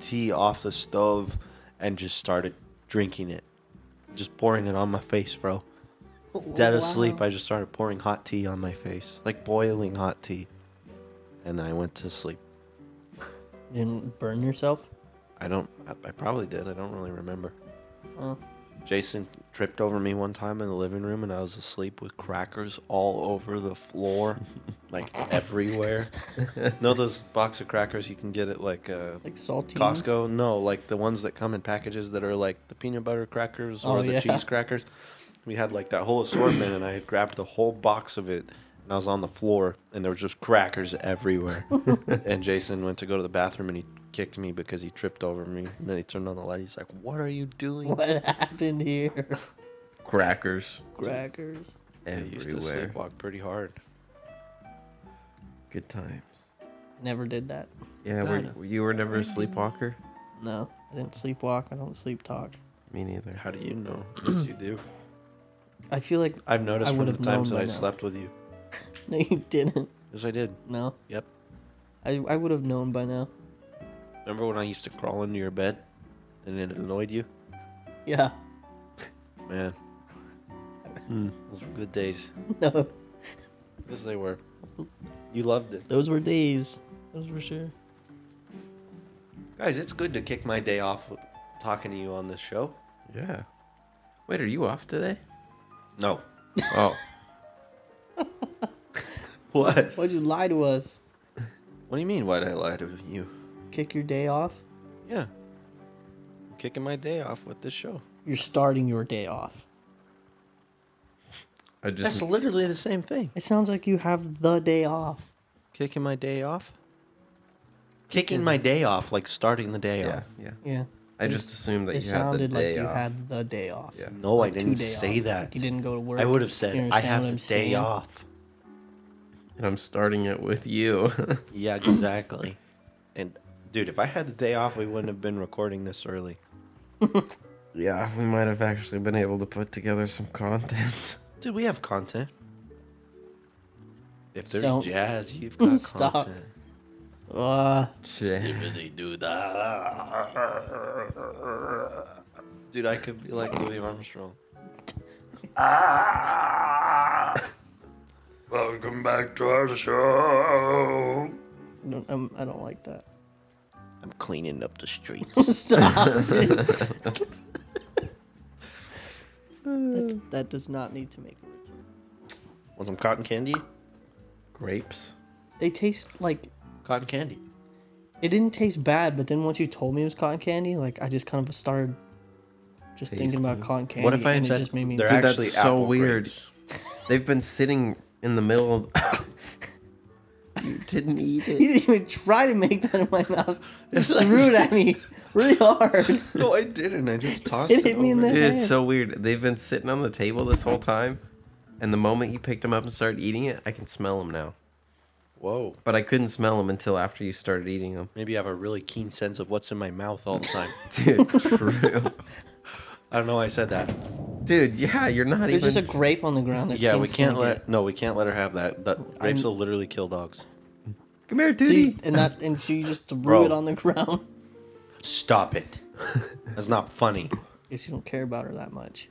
tea off the stove and just started drinking it. Just pouring it on my face, bro. [LAUGHS] Dead asleep, I just started pouring hot tea on my face, like boiling hot tea. And then I went to sleep.
You didn't burn yourself?
I don't, I, I probably did. I don't really remember.
Oh.
Jason tripped over me one time in the living room and I was asleep with crackers all over the floor, like everywhere. [LAUGHS] know those box of crackers you can get at like uh,
Like salty.
Costco? No, like the ones that come in packages that are like the peanut butter crackers or
Oh,
the
yeah.
cheese crackers. We had like that whole assortment, and I had grabbed the whole box of it, and I was on the floor, and there was just crackers
[LAUGHS]
everywhere. and Jason went to go to the bathroom, and he kicked me because he tripped over me. And then he turned on the light. He's like, "What are you doing?"
What happened here? [LAUGHS]
Crackers
Crackers.
I used to
everywhere.
sleepwalk pretty hard.
Good times.
Never did that.
Yeah,
Kinda.
were, you were never a sleepwalker.
No. I didn't sleepwalk. I don't sleep talk.
Me neither.
How do
[CLEARS THROAT]
you know? yes, you do.
I feel like [LAUGHS]
I've noticed
I
from the
would've
times that
known
I
by now.
slept with you.
no, you didn't.
Yes, I did.
No.
Yep.
I I would have known by now.
Remember when I used to crawl into your bed, and it annoyed you?
Yeah. [LAUGHS]
Man, those were good days.
No.
Yes, they were. You loved it.
Those were days. Those were sure.
Guys, it's good to kick my day off with talking to you on this show.
Yeah. Wait, are you off [LAUGHS] today?
No.
Oh,
What?
Why'd you lie to us?
What do you mean, why'd I lie to you?
Kick your day off?
Yeah. I'm kicking my day off with this show.
You're starting your day off.
I
That's
just
literally the same thing.
It sounds like you have the day off.
Kicking my day off? Kicking my day off, like starting the day
yeah
off.
yeah.
Yeah.
I just assumed that
It
you had the
sounded like
day
you
off.
had the day off.
Yeah.
No, Oh, I
Two
didn't
day
say
off.
that.
Like you didn't go to work.
I would have
You
said, I
understand
have
what
the
I'm
day
saying?
off.
and I'm starting it with you. [LAUGHS]
Yeah, exactly. and, dude, if I had the day off, we wouldn't have been recording this early.
yeah, we might have actually been able to put together some [LAUGHS] content.
Dude, we have content. If there's
Don't.
jazz, you've got
[LAUGHS] Stop.
content.
Uh,
Yeah.
Dude, I could be like Louis Armstrong.
Welcome back to our show.
I don't, I'm, I don't like that. [LAUGHS]
I'm cleaning up the streets.
Stop. dude. that, that does not need to make a return.
Want some cotton candy?
[LAUGHS] Grapes.
They taste like
Cotton candy.
it didn't taste bad, but then once you told me it was cotton candy, like I just kind of started just thinking
Tasting
about cotton candy.
What if I had
and it
said
just made me
they're
Dude, that's
actually
so
apple
weird.
[LAUGHS]
grapes?
They've been sitting in the middle. [LAUGHS] of... you didn't eat it.
You didn't even try to make that in my mouth.
[LAUGHS]
Just
like-
threw it at me really hard.
No, I didn't. I just
[LAUGHS]
tossed
It
it.
hit me in
over.
the
Dude, it's
head.
so weird. They've been sitting on the table this whole time, and the moment you picked them up and started eating it, I can smell them now.
Whoa.
But I couldn't smell them until after you started eating them.
Maybe I have a really keen sense of what's in my mouth all the time.
[LAUGHS] Dude, true.
I don't know why I said that.
Dude, yeah, you're not
There's
even.
just a grape on the ground. That
Yeah, we
King's
can't
gonna
let
get.
no, we can't let her have that. That
I'm-
grapes will literally kill dogs.
Come here,
So
dude.
you, and that, and so you
[LAUGHS]
just threw
Bro.
it on the ground. [LAUGHS]
Stop it. [LAUGHS] That's not funny.
Guess you don't care about her that much.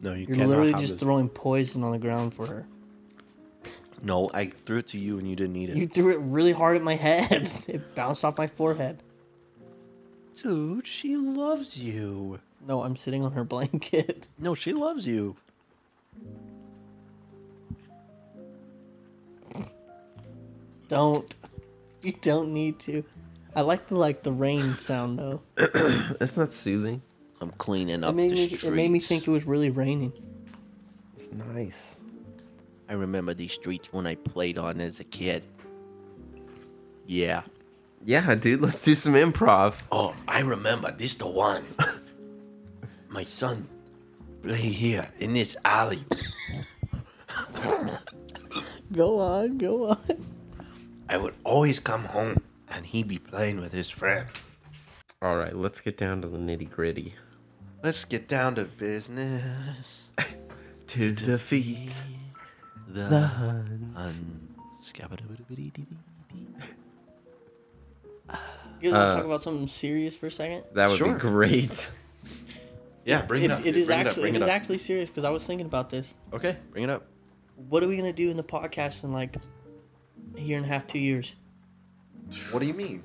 No, you
You're
cannot
literally
have
just
this.
throwing poison on the ground for her.
No, I threw it to you and you didn't eat it.
You threw it really hard at my head. [LAUGHS] It bounced off my forehead.
Dude, she loves you.
No, I'm sitting on her [LAUGHS] blanket.
No, she loves you.
Don't. You don't need to. I like the like the rain sound though.
That's not soothing.
I'm cleaning
It
up
made
the
me.
streets.
It made me think it was really raining.
It's nice.
I remember these streets when I played on as a kid. Yeah.
Yeah, dude, let's do some improv.
Oh, I remember. This the one. My son play here in this alley.
Go on, go on.
I would always come home and he be playing with his friend.
All right, let's get down to the nitty gritty.
Let's get down to business.
To defeat.
The, Huns. Scabba-dabba-dabba-dee-dee-dee-dee.
You guys want
Uh,
to talk about something serious for a second?
That would
Sure.
be great.
Yeah, bring it,
It,
up.
it is
bring it up.
actually
Bring
it
it
is
up.
actually serious because I was thinking about this.
okay, bring it up.
What are we gonna do in the podcast in like a year and a half, two years?
What do you mean?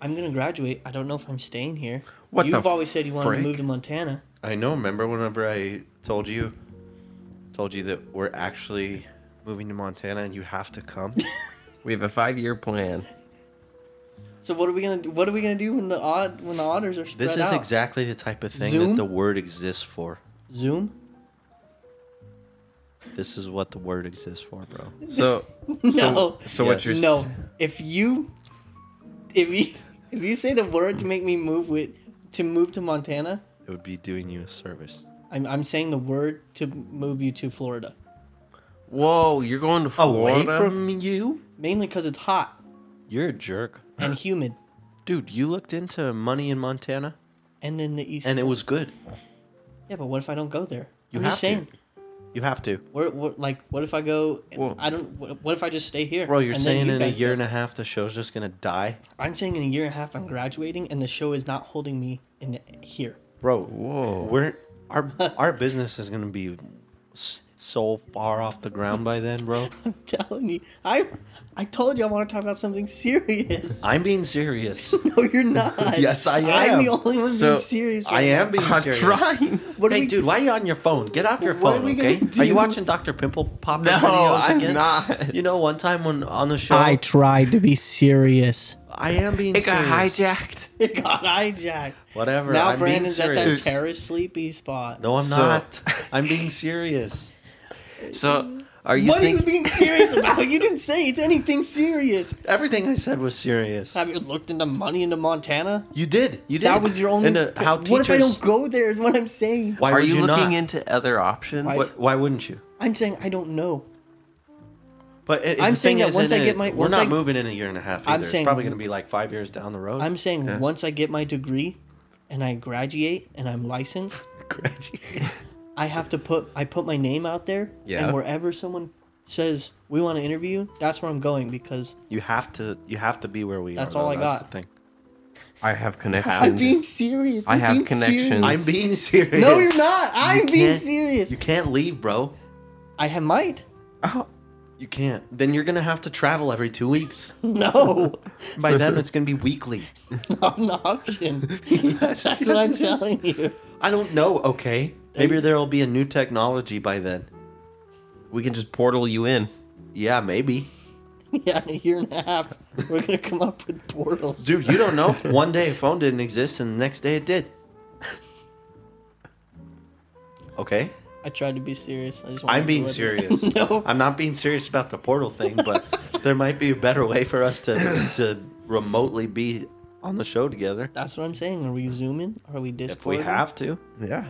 I'm gonna graduate. I don't know if I'm staying here.
What the
You've always said you wanted
frick?
to move to Montana.
I know. Remember whenever I told you, told you that we're actually moving to Montana and you have to come.
We have a five year plan.
So what are we gonna do? What are we gonna do when the odd when the otters are spread
This is
out?
exactly the type of thing
Zoom?
that the word exists for.
Zoom. [LAUGHS]
This is what the word exists for, bro.
So,
No.
so, so what
Yes.
you're s-
No. If you, if you, if you say the word to make me move with to move to Montana,
It would be doing you a service.
I'm I'm saying the word to move you to Florida.
Whoa, you're going to Florida?
Away from you?
Mainly because it's hot
You're a jerk.
and humid,
Dude, you looked into money in Montana
and then the east.
and it was good.
yeah, but what if I don't go there?
You
I'm
have
just saying.
to. You have to.
What, what like what if I go? and
Well-
I don't. What, what if I just stay here?
Bro, you're
and then
saying
you
in a
guys
year
go?
and a half the show's just gonna die?
I'm saying in a year and a half I'm graduating, and the show is not holding me in here. [LAUGHS]
Bro,
Whoa.
We're our our business is gonna be s- so far off the ground by then, bro.
I'm telling you, I I told you I want to talk about something serious. [LAUGHS]
I'm being serious.
No, you're not.
[LAUGHS] Yes, I
I'm the
am.
only one
So,
being serious.
I
right
am being
I'm
serious.
trying.
What are
hey,
we-
dude, why are you on your phone? Get off your
What are
phone,
we
okay?
gonna
Are you
do?
watching Dr. Pimple Popper
No,
videos
I'm
again?
not.
You know, one time when on the show,
now.
I
tried to be serious.
am being
It got
serious.
hijacked.
[LAUGHS] It got hijacked.
Whatever.
now
I'm being
Brandon's at
serious.
that terrace sleepy spot.
No, I'm
So-
not. [LAUGHS] I'm being serious.
So, are you
what
think-
are you being [LAUGHS] serious about? You didn't say it's anything serious.
Everything I said was serious.
Have you looked into money into Montana?
you did. You did.
That was your only.
And uh, how
what if I
teachers-
don't go there? Is what I'm saying.
Why
are
would
you,
you,
looking
not?
into other options?
Why-
Why, why wouldn't you?
I'm saying I don't know.
But it,
I'm
the thing
saying that
is,
once
in
I
a-
get my- once
we're not
I-
moving in a year and a half either.
I'm
it's
saying-
probably going to be like five years down the road. [LAUGHS]
I'm saying once I get my degree and I graduate and I'm licensed, I have to put I put my name out there.
Yeah.
And wherever someone says we want to interview, you," that's where I'm going because
you have to. You have to be where we
That's
are.
all
though.
I
That's
got.
The thing.
I have
I'm
connections.
being serious.
I
I'm
have
being
connections.
serious.
I-
I'm being serious.
No, you're not. I'm being
can't-
serious.
You can't leave, bro.
I have might. [LAUGHS]
Oh. You can't. Then you're gonna have to travel every two [LAUGHS] weeks.
No,
By then, it's gonna be weekly.
not an option.
[LAUGHS] yes.
That's what I'm telling you. [LAUGHS]
I don't know. Okay. Maybe there will be a new technology by then.
we can just portal you in.
Yeah, maybe.
Yeah, in a year and a half, we're gonna come up with portals.
Dude, you don't [LAUGHS] know. One day a phone didn't exist, and the next day it did. Okay.
I tried to be serious. I just wanted
I'm
to
being
let it- [LAUGHS]
serious.
no,
I'm not being serious about the portal thing, but there might be a better way for us to to remotely be on the show together
that's what I'm saying. Are we zooming? Are we
if
Discord?
we have to.
Yeah.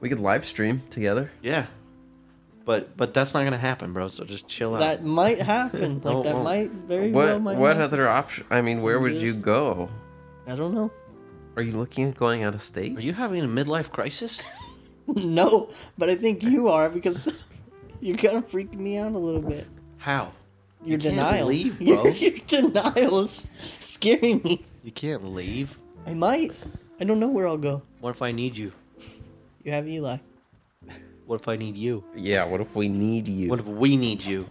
We could live stream together.
Yeah. But but that's not gonna happen, bro. So just chill out.
That might
[LAUGHS]
happen. Like
No, it
that
won't.
might very well
What
might.
what
happen.
other option? I mean, where would
Yes.
you go?
I don't know. [LAUGHS]
Are you looking at going out of state?
Are you having a midlife crisis?
no, but I think you are because [LAUGHS] you're kind of freaking me out a little bit.
How?
Your
can't
denial, [LAUGHS]
leave,
Your-
bro.
Your, denial is scaring me.
You can't leave.
I might. I don't know where I'll go.
What if I need you?
You have Eli.
What if I need you?
yeah. What if we need you?
What if we need you?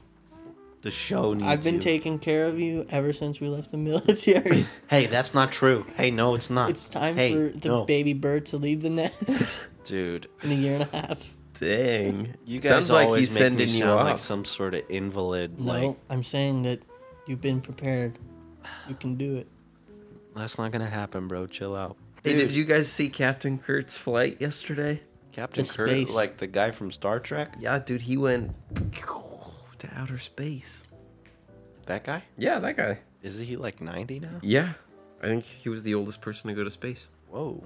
The show needs
I've been
you.
taking care of you ever since we left the
[LAUGHS]
military.
Hey, that's not true. Hey, no, it's
[LAUGHS]
not.
it's time
Hey,
for the
no.
baby bird to leave the nest
Dude,
in a year and a half.
Dang.
you guys
Sounds
always
like he's
make me
sending you
sound like
off.
some sort of invalid.
No,
Like
I'm saying that you've been prepared. You can do it.
that's not gonna happen, bro. Chill out.
Hey, did you guys see Captain Kurt's flight yesterday?
Captain
The
Kirk,
space.
like the guy from Star Trek,
Yeah, dude, he went to outer space.
that guy,
Yeah, that guy.
is he like 90 now?
Yeah. I think he was the oldest person to go to space.
Whoa,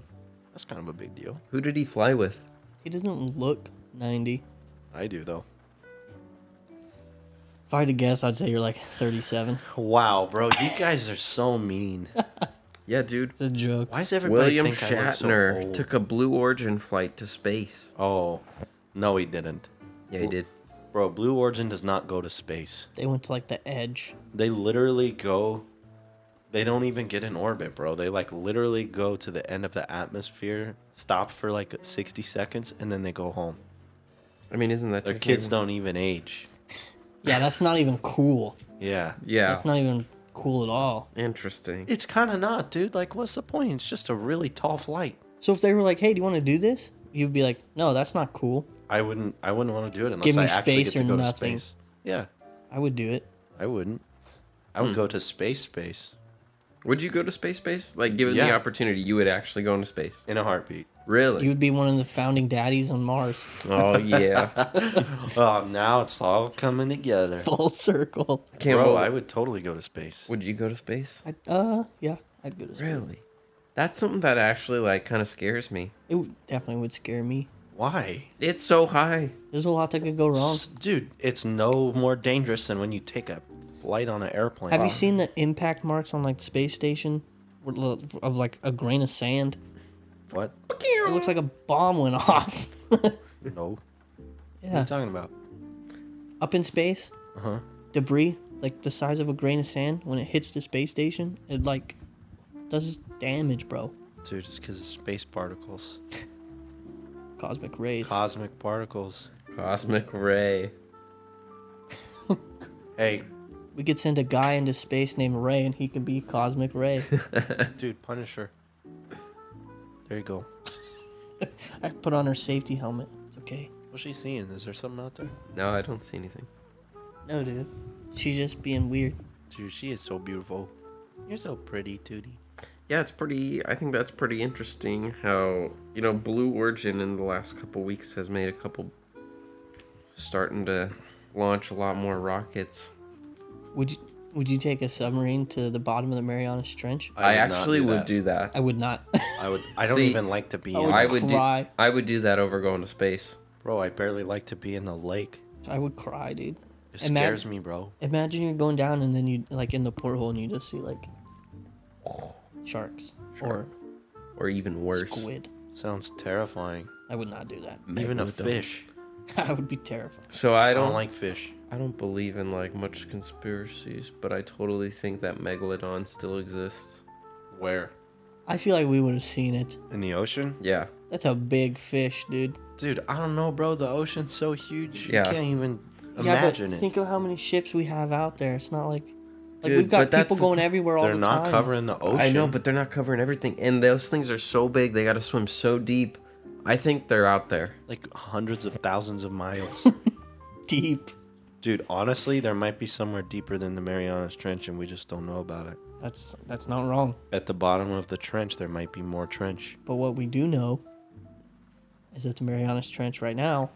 that's kind of a big deal.
Who did he fly with?
He doesn't look 90.
I do though.
If I had to guess, I'd say you're like 37.
Wow, bro, you guys are so mean.
Yeah, dude.
It's a joke.
Why does everybody
William
think I look so
Shatner
old?
took a Blue Origin flight to space.
oh, no, he didn't,
Yeah, he did.
bro. Blue Origin does not go to space.
They went to like the edge.
They literally go They don't even get in orbit, bro. They like literally go to the end of the atmosphere, stop for like 60 seconds, and then they go home.
I mean, isn't that
Their
technically-
kids don't even age.
Yeah, that's not even cool.
Yeah.
Yeah,
That's not even cool at all.
interesting.
It's kind of not, dude. Like, what's the point? It's just a really tall flight.
So if they were like, "Hey, do you want to do this?" You'd be like, "No, that's not cool.
I wouldn't. I wouldn't want to do it unless
Give me
I actually
space
get to
or
go
nothing.
to space. Yeah,
I would do it."
I wouldn't. I would go to space, space
Would you go to space base? Like, given the
Yeah.
opportunity, you would actually go into space.
in a heartbeat.
Really?
You would be one of the founding daddies on Mars. [LAUGHS]
Oh [LAUGHS] yeah.
Oh, now it's all coming together,
Full circle.
Campbell,
bro. I would totally go to space.
would you go to space?
I, uh, yeah, I'd go to space.
Really? That's something that actually like kind of scares me.
It would, definitely would scare me.
Why,
It's so high.
There's a lot that could go wrong.
S- dude? It's no more dangerous than when you take a flight on an airplane.
Have you seen the impact marks on like the space station With lo- of like a grain of sand?
what?
It looks like a bomb went [LAUGHS] off.
No. What are
yeah,
you talking about?
up in space,
Uh huh.
debris like the size of a grain of sand when it hits the space station, it like does damage, bro.
Dude, it's because of space particles,
Cosmic rays.
cosmic particles.
Cosmic ray.
Hey,
we could send a guy into space named Ray, and he could be Cosmic [LAUGHS] Ray.
dude, Punisher. There you go.
I put on her safety helmet. It's okay.
What's she seeing? Is there something out there?
No, I don't see anything.
No, dude. She's just being weird.
Dude, she is so beautiful. You're so pretty, Tootie.
Yeah, it's pretty. I think that's pretty interesting how, you know, Blue Origin in the last couple weeks has made a couple. starting to launch a lot more rockets.
Would you would you take a submarine to the bottom of the Marianas Trench?
I,
would not
actually would
that.
do that.
I would not. [LAUGHS]
I would. I don't
See, oh,
even like to be.
I
in,
would-
I would do.
cry.
I would do that over going to space.
bro, I barely like to be in the lake.
I would cry, dude.
It
Imag-
scares me, bro.
Imagine you're going down and then you like in the porthole and you just see like sharks or
Or even worse,
squid.
Sounds terrifying.
I would not do that.
even a
Megalodon.
fish.
[LAUGHS] I would be terrified.
So I
I
don't,
don't like fish.
I don't believe in like much conspiracies, but I totally think that megalodon still exists.
Where?
I feel like we would have seen it.
In the ocean?
Yeah.
That's a big fish, dude.
Dude, I don't know, bro. The ocean's so huge.
Yeah.
You can't even
yeah, but
imagine it.
think of how many ships we have out there. It's not like like
Dude,
we've
but
got
that's
people
the
going
thing.
everywhere all
They're
the
not
time.
covering the ocean.
I know, but they're not covering everything, and those things are so big; they got to swim so deep. I think they're out there.
like hundreds of thousands
[LAUGHS]
of miles.
deep.
Dude, honestly, there might be somewhere deeper than the Marianas Trench, and we just don't know about it.
That's that's not wrong.
At the bottom of the trench, there might be more trench.
But what we do know is that the Marianas Trench right now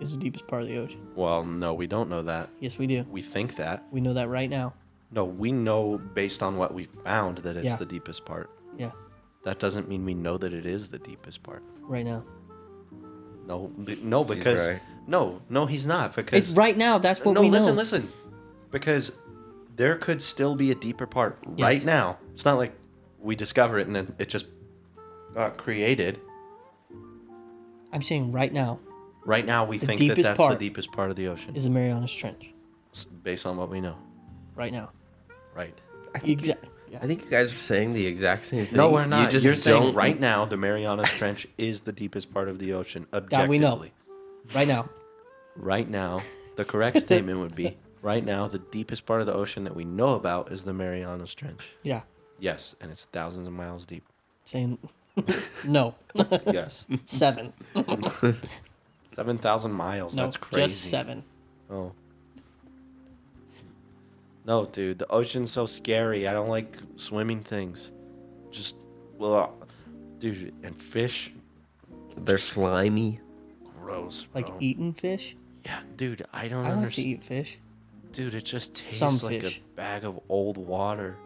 is the deepest part of the ocean.
Well, no, we don't know that.
Yes, we do.
We think that.
We know that right now.
No, we know based on what we found that it's
Yeah.
the deepest part.
Yeah,
That doesn't mean we know that it is the deepest part.
right now.
No, th- no, because
right.
no, no, he's not
It's
because
right now. That's what
no,
we
listen,
know.
listen, because there could still be a deeper part right
Yes.
now. It's not like we discover it and then it just got created.
I'm saying right now
Right now, we
The
think that
deepest
that's
part.
the deepest part of the ocean,
is the Marianas Trench.
s- based on what we know.
Right now.
Right.
Exactly. Yeah.
I think you guys are saying the exact same thing.
No, we're not.
You just
You're saying
don't-
right now the Marianas Trench [LAUGHS] is the deepest part of the ocean objectively.
That we know. Right now.
Right now, the correct statement would be right now the deepest part of the ocean that we know about is the Marianas Trench.
Yeah.
Yes, and it's thousands of miles
[LAUGHS]
deep.
Saying no.
Yes.
seven.
7,000 miles.
No,
That's crazy.
just seven.
Oh. No, dude, the ocean's so scary. I don't like swimming things. Just well, dude, and fish
they're slimy.
gross.
Like
bro.
eating fish.
Yeah, dude, I don't
I like to
understand.
eat fish.
Dude, it just tastes
Some
like
fish.
a bag of old water.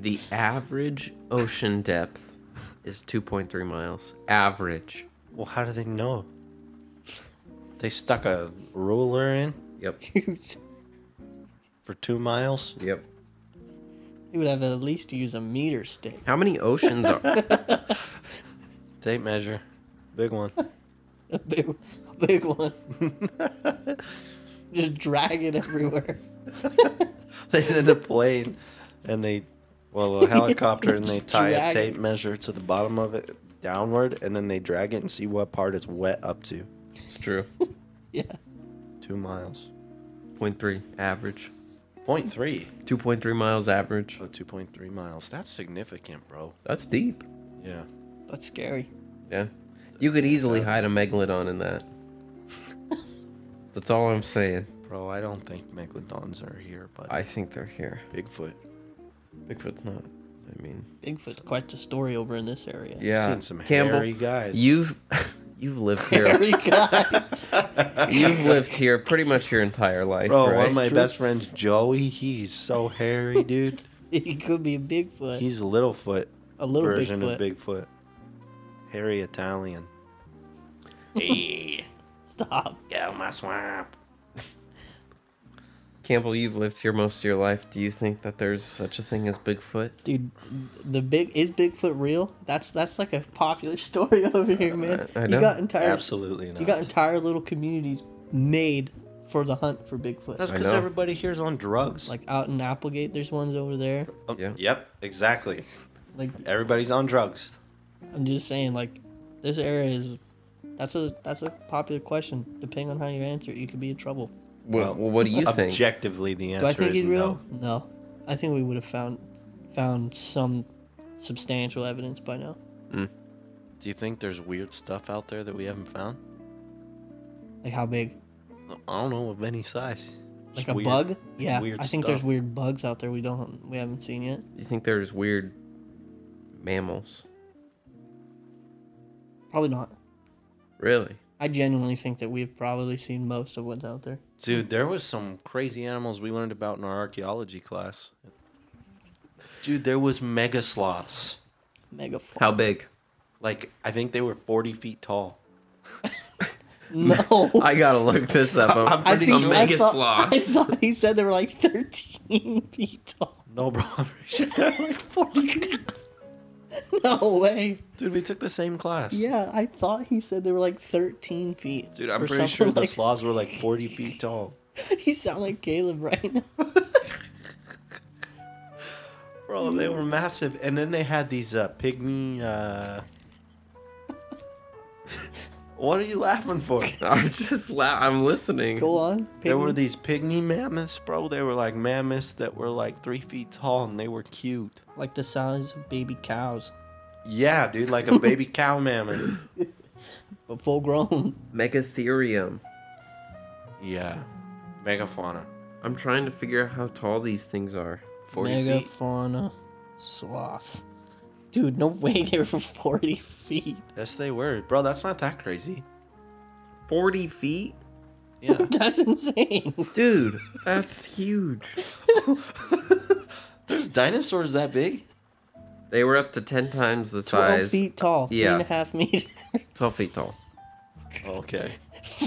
The average ocean depth is 2.3 miles. Average.
Well, how do they know? They stuck a ruler in
Yep.
[LAUGHS] Dude,
for two miles.
Yep.
you would have at least to use a meter stick. [LAUGHS]
How many oceans
[LAUGHS]
are?
Tape measure, big one. [LAUGHS]
A big, a big one. Just drag it everywhere. [LAUGHS]
they did a plane and they well a helicopter
[LAUGHS]
and they tie
Drag
a
it.
tape measure to the bottom of it downward and then they drag it and see what part it's wet up to
It's true.
Yeah.
two miles
0.3 average.
Point three.
2.3 miles average.
Oh, 2.3 miles that's significant bro
That's deep.
yeah
That's scary.
Yeah. You could easily hide a megalodon in
[LAUGHS]
that. That's all I'm saying.
bro i don't think megalodons are here but
I think they're here.
bigfoot
Bigfoot's not. I mean,
Bigfoot's quite the story over in this area. [LAUGHS]
yeah.
seen some
Campbell,
hairy guys.
You've [LAUGHS] you've lived
[LAUGHS]
here.
Hairy guy. [LAUGHS]
you've lived here pretty much your entire life,
bro
right?
one of my best friends joey he's
[LAUGHS]
so hairy dude
he could be a Bigfoot.
he's a littlefoot
a little
version
Bigfoot.
of bigfoot hairy italian
Stop.
get out of my swamp
Campbell, you've lived here most of your life. Do you think that there's such a thing as Bigfoot?
Dude, the big is Bigfoot real? That's that's like a popular [LAUGHS] story over here, man.
I- I
you
know.
got entire
absolutely not
you got entire little communities made for the hunt for Bigfoot.
That's
I
because
know.
everybody here's on drugs.
like out in Applegate, there's ones over there.
Oh,
Yeah.
Yep, exactly.
Like
Everybody's on drugs.
I'm just saying, like this area is that's a that's a popular question. Depending on how you answer it, you could be in trouble.
Well, well what do you think?
Objectively, the
Do
answer
I think
is
he's real?
no.
No. I think we would have found found some substantial evidence by now.
Do you think there's weird stuff out there that we haven't found?
Like how big?
I don't know of any size.
Like
Just
a
weird-
bug? Yeah.
weird
I think
stuff.
there's weird bugs out there we don't we haven't seen yet.
you think there's weird mammals?
Probably not.
Really?
I genuinely think that we've probably seen most of what's out there.
Dude, there was some crazy animals we learned about in our archaeology class. Dude, there was mega sloths.
Mega fuck.
How big?
Like I think they were forty feet tall. [LAUGHS]
No.
I gotta look this [LAUGHS] up. I'm,
[LAUGHS] I
pretty
think-
sure.
I
Mega
thought-
sloth.
I thought he said they were like [LAUGHS] 13 feet tall.
No, [LAUGHS] bro. I'm
[LAUGHS]
pretty sure.
like 40. no way.
Dude, we took the same class.
Yeah, I thought he said they were like 13 feet.
Dude, I'm
or
pretty sure
something
the
like-
sloths were like
[LAUGHS]
forty feet tall.
You sound like Caleb right now. [LAUGHS]
Bro, they were massive, and then they had these uh, pygmy.
[LAUGHS]
Uh... what are you laughing for?
I'm just la- I'm listening.
Go on.
There were
Peyton.
these pygmy mammoths, bro. They were like mammoths that were like three feet tall, and they were cute.
like the size of baby cows,
Yeah, dude, like
[LAUGHS]
a baby cow mammoth.
but full grown.
Megatherium.
Yeah, megafauna.
I'm trying to figure out how tall these things are.
Forty feet.
Megafauna sloths. Dude, no way they were [LAUGHS] 40 feet. [LAUGHS]
Yes, they were, bro. That's not that crazy.
40 feet?
[LAUGHS]
Yeah,
That's insane.
Dude, that's huge.
there's dinosaurs that big.
They were up to 10 times the
12
size.
feet tall, three
Yeah.
and a half [LAUGHS] meters,
12 feet tall.
Okay,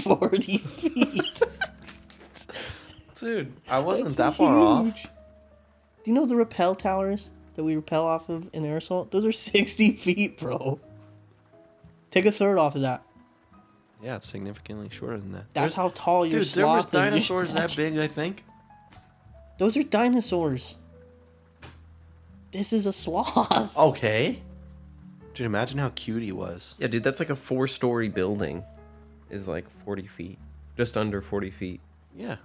40 feet. [LAUGHS]
dude, I wasn't
That's
that far off.
huge. Do you know the rappel towers that we rappel off of in aerosol? Those are 60 [LAUGHS] feet, bro. Take a third off of that.
Yeah, it's significantly shorter than that.
That's
There's-
how tall your
Dude, there was
sloth is. You
dinosaurs that
imagine-
big, I think.
[LAUGHS] Those are dinosaurs. This is a sloth.
Oh. Okay. Dude, imagine how cute he was.
Yeah, dude, that's like a four story building, is like 40 feet. Just under 40 feet.
Yeah.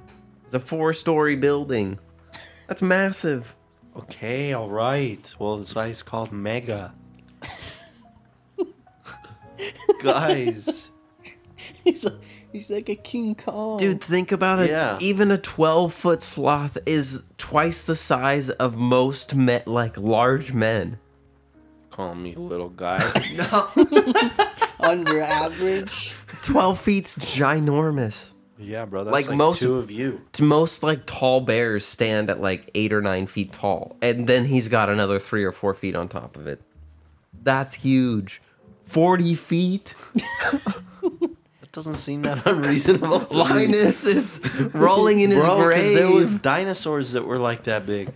It's a four story building. That's massive.
Okay, all right. Well, that's why he's
[LAUGHS]
called Mega. Guys.
[LAUGHS] He's, a, he's like a King Kong.
Dude, think about it.
Yeah.
Even a 12 foot sloth is twice the size of most met like large men.
Call me little guy. [LAUGHS]
under average.
12 feet's ginormous.
yeah, bro. That's
Like
like,
most-
two of you.
to most like tall bears stand at like eight or nine feet tall, and then he's got another three or four feet on top of it. That's huge. Forty feet.
That doesn't seem that [LAUGHS] unreasonable to me.
Linus is rolling in his
Bro, 'cause
grave.
there was dinosaurs that were like that big.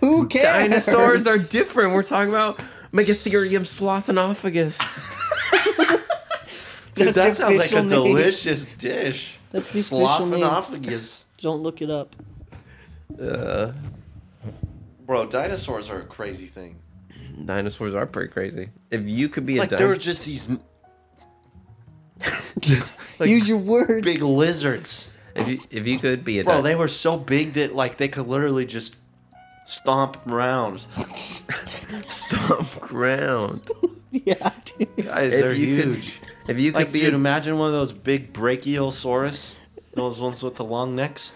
Who cares?
Dinosaurs
[LAUGHS]
are different. We're talking about Megatherium slothinophagus.
Dude,
That's
that
the
sounds like a
official name.
delicious dish.
That's the official name.
Slothophagus.
Don't look it up.
Uh,
Bro, dinosaurs are a crazy thing.
dinosaurs are pretty crazy. If you could be a
Like there were
dinosaur,
just these
Use your words.
big lizards.
if you, if you could be a
Bro,
dinosaur,
they were so big that like they could literally just stomp around.
stomp [LAUGHS] ground.
[LAUGHS] yeah, dude.
Guys,
If
they're
you could-
huge.
If [LAUGHS] you could
Like,
be
dude,
a,
imagine one of those big brachiosaurus. Those ones with the long necks.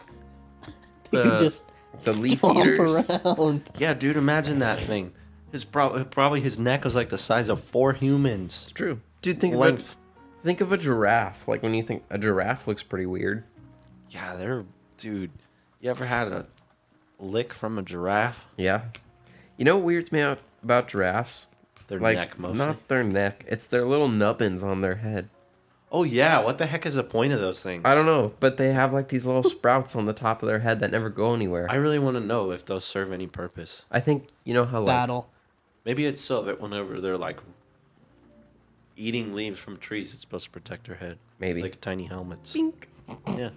You
the-
just
the leaf
stomp
eaters.
around.
Yeah, dude, imagine that thing. His prob- probably his neck was like the size of four humans.
It's true. Dude, think of
Length.
a, think of a giraffe. Like when you think a giraffe looks pretty weird.
Yeah, they're dude. You ever had a lick from a giraffe?
Yeah. You know what weirds me out about giraffes?
Their
Like
neck mostly.
not their neck. It's their little nubbins on their head.
Oh yeah, what the heck is the point of those things?
I don't know, but they have like these little sprouts on the top of their head that never go anywhere. I,
I really want to know if those serve any purpose.
think you know how like
Battle.
Maybe it's so that whenever they're like eating leaves from trees, it's supposed to protect their head.
Maybe.
like tiny helmets.
Bink.
Yeah.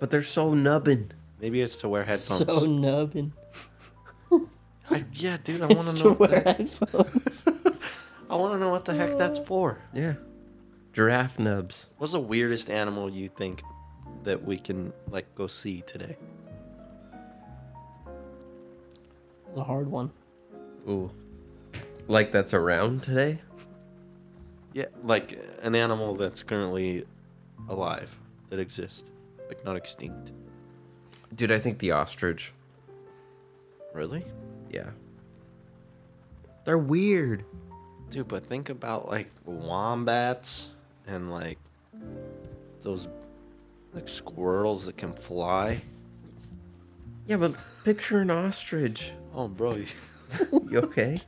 but they're so nubbin.
Maybe it's to wear headphones.
So nubbin.
I, yeah, dude, I
It's
want to
to
know. What
wear
the,
headphones.
I want to know what the heck that's for.
Yeah. Giraffe nubs.
What's the weirdest animal you think that we can like go see today?
a hard one.
Ooh. Like that's around today?
Yeah, like an animal that's currently alive that exists, like not extinct.
Dude, I think the ostrich.
Really?
Yeah. They're weird.
Dude, but think about like wombats and like those like squirrels that can fly.
Yeah, but picture an ostrich.
Oh, bro, you,
You okay?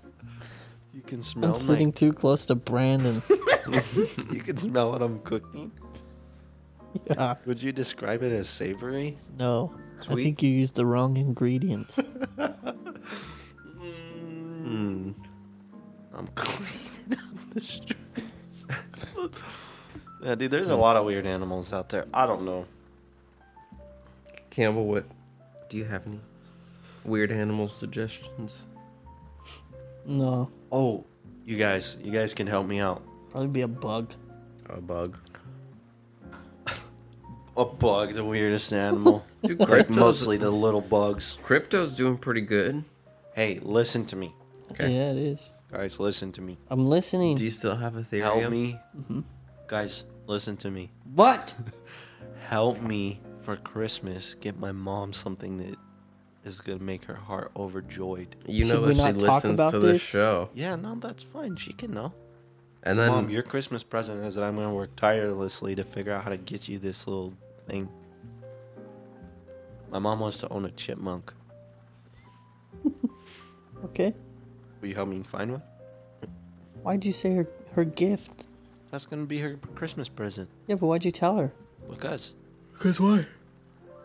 [LAUGHS] you can
I'm
smell
sitting too close to Brandon.
my, you can smell what I'm cooking.
yeah,
Would you describe it as savory?
Ah, no. I
Sweet.
think you used the wrong ingredients.
Mm. I'm [LAUGHS] cleaning up the streets. yeah, dude, there's a lot of weird animals out there. I don't know.
Campbell, what do you have any weird animal suggestions?
No,
Oh, you guys, you guys can help me out.
probably be a bug.
A bug.
A bug, the weirdest [LAUGHS] animal.
Dude,
like
crypto's,
mostly the little bugs.
crypto's doing pretty good.
Hey, listen to me.
Okay.
Yeah, it is.
Guys, listen to me.
I'm listening.
Do you still have a theory?
Help me. Guys, listen to me.
what?
Help me for Christmas get my mom something that is going to make her heart overjoyed.
You know
Should
that
we
she
not talk
listens
about
to this
this?
show.
Yeah, no, that's fine. She can know.
And then
Mom, your Christmas present is that I'm going to work tirelessly to figure out how to get you this little thing. My mom wants to own a chipmunk.
Okay.
Will you help me find one?
Why'd you say her her gift?
That's going to be her Christmas present.
Yeah, but why'd you tell her?
Because
Cause why?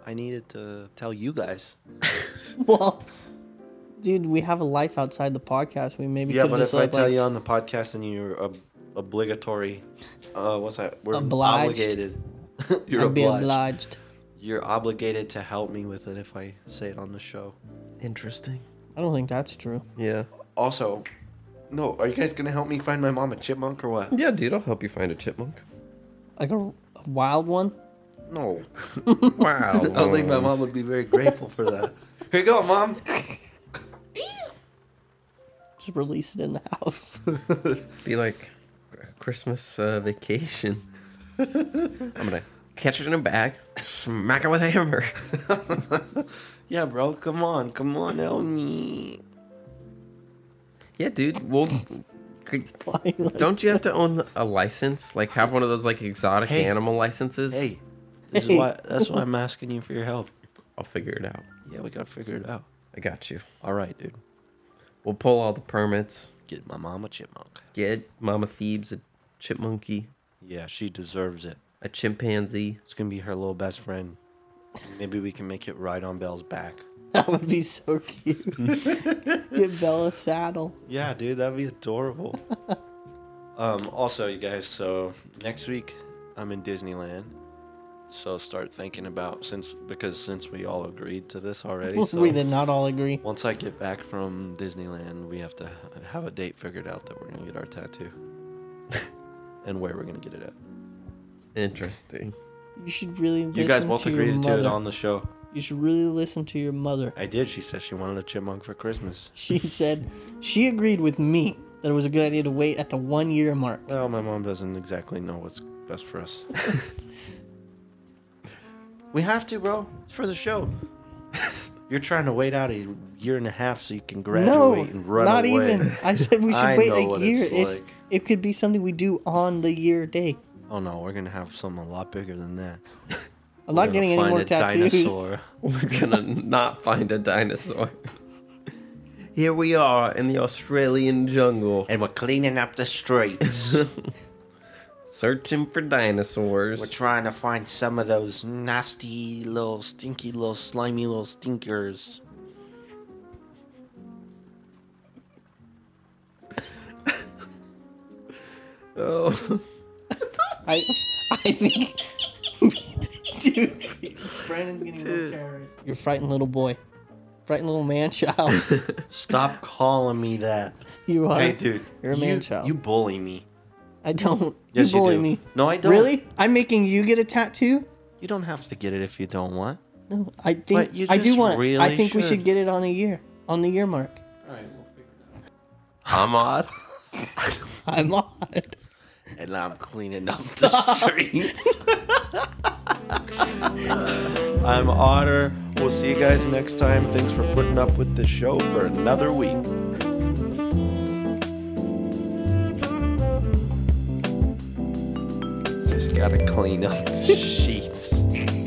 I needed to tell you guys. [LAUGHS]
Well, dude, we have a life outside the podcast. We maybe
Yeah,
could
but
just
if I
like,
tell
like-
you on the podcast and you're ob- obligatory, uh, what's that? We're
Obliged. [LAUGHS]
obligated. you're
I'd be
obliged.
obliged.
You're obligated to help me with it if I say it on the show.
Interesting.
I don't think that's true.
Yeah.
Also, no, are you guys gonna help me find my mom a chipmunk or what?
Yeah, dude, I'll help you find a chipmunk.
Like a, a wild one.
No,
Wow. [LAUGHS]
I don't think my mom would be very grateful for that. [LAUGHS] Here you go, mom.
Just release it in the house. [LAUGHS]
be like Christmas uh, [LAUGHS] vacation. I'm gonna catch it in a bag, smack it with a hammer.
Yeah, bro, come on, come on, help me.
Yeah, dude. Well, could-
Why,
[LAUGHS]
like-
don't you have to own a license? Like, have one of those like exotic
Hey.
animal licenses?
Hey, this
Hey.
is [LAUGHS] why. That's why I'm asking you for your help.
I'll figure it out.
Yeah, we gotta figure it out.
I got you.
All right, dude.
We'll pull all the permits.
Get my mom a chipmunk.
Get Mama Thebes a chipmonkey,
Yeah, she deserves it.
a chimpanzee.
It's gonna be her little best friend. Maybe we can make it ride on Belle's back.
That would be so
[LAUGHS]
cute. Get Bella a saddle.
Yeah, dude, that'd
[LAUGHS]
be adorable. um, also, you guys, so next week I'm in Disneyland. So start thinking about since because since we all agreed to
[LAUGHS]
this already. So
we did not all agree.
Once I get back from Disneyland, we have to h- have a date figured out that we're gonna get
[LAUGHS]
our tattoo, and where we're gonna get it at.
Interesting.
You should really. Listen
You guys both
to your
agreed to it
mother.
on the show.
You should really listen to your mother.
I did. She said she wanted a chipmunk for Christmas.
She said she agreed with me that it was a good idea to wait at the one year mark.
Well, my mom doesn't exactly know what's best for us. [LAUGHS] we have to, bro. It's for the show. You're trying to wait out a year and a half so you can graduate
No,
and run
not
away.
even.
[LAUGHS]
I said we should
I
wait
know
a
what
year.
it's
It's-
like.
it could be something we do on the year day.
Oh no, we're gonna have something a lot bigger than that.
I'm
We're
not
gonna
getting any
find
more
a
tattoos.
Dinosaur.
We're gonna not find a dinosaur. Here we are in the Australian jungle,
And we're cleaning up the streets.
searching for dinosaurs.
we're trying to find some of those nasty little stinky little slimy little stinkers.
oh,
I, [LAUGHS] I think, [LAUGHS] dude, Brandon's getting real terrorist. You're frightened little boy, frightened little man [LAUGHS] child.
[LAUGHS]
[LAUGHS]
Stop calling me that.
You are.
Hey, dude.
You're a
you-
man-child.
You bully me.
I don't.
Yes,
you
you
bully
do.
me.
No, I don't.
Really? I'm making you get a tattoo?
You don't have to get it if you don't want.
No, I think
But you
I do
just
want. it. I
really
think we should
should.
get it on a year, on the year mark.
All right, we'll figure it
I'm odd.
I'm [LAUGHS] on.
out. And I'm cleaning up the streets. [LAUGHS] I'm Otter. We'll see you guys next time. Thanks for putting up with the show for another week. Just gotta clean up the sheets.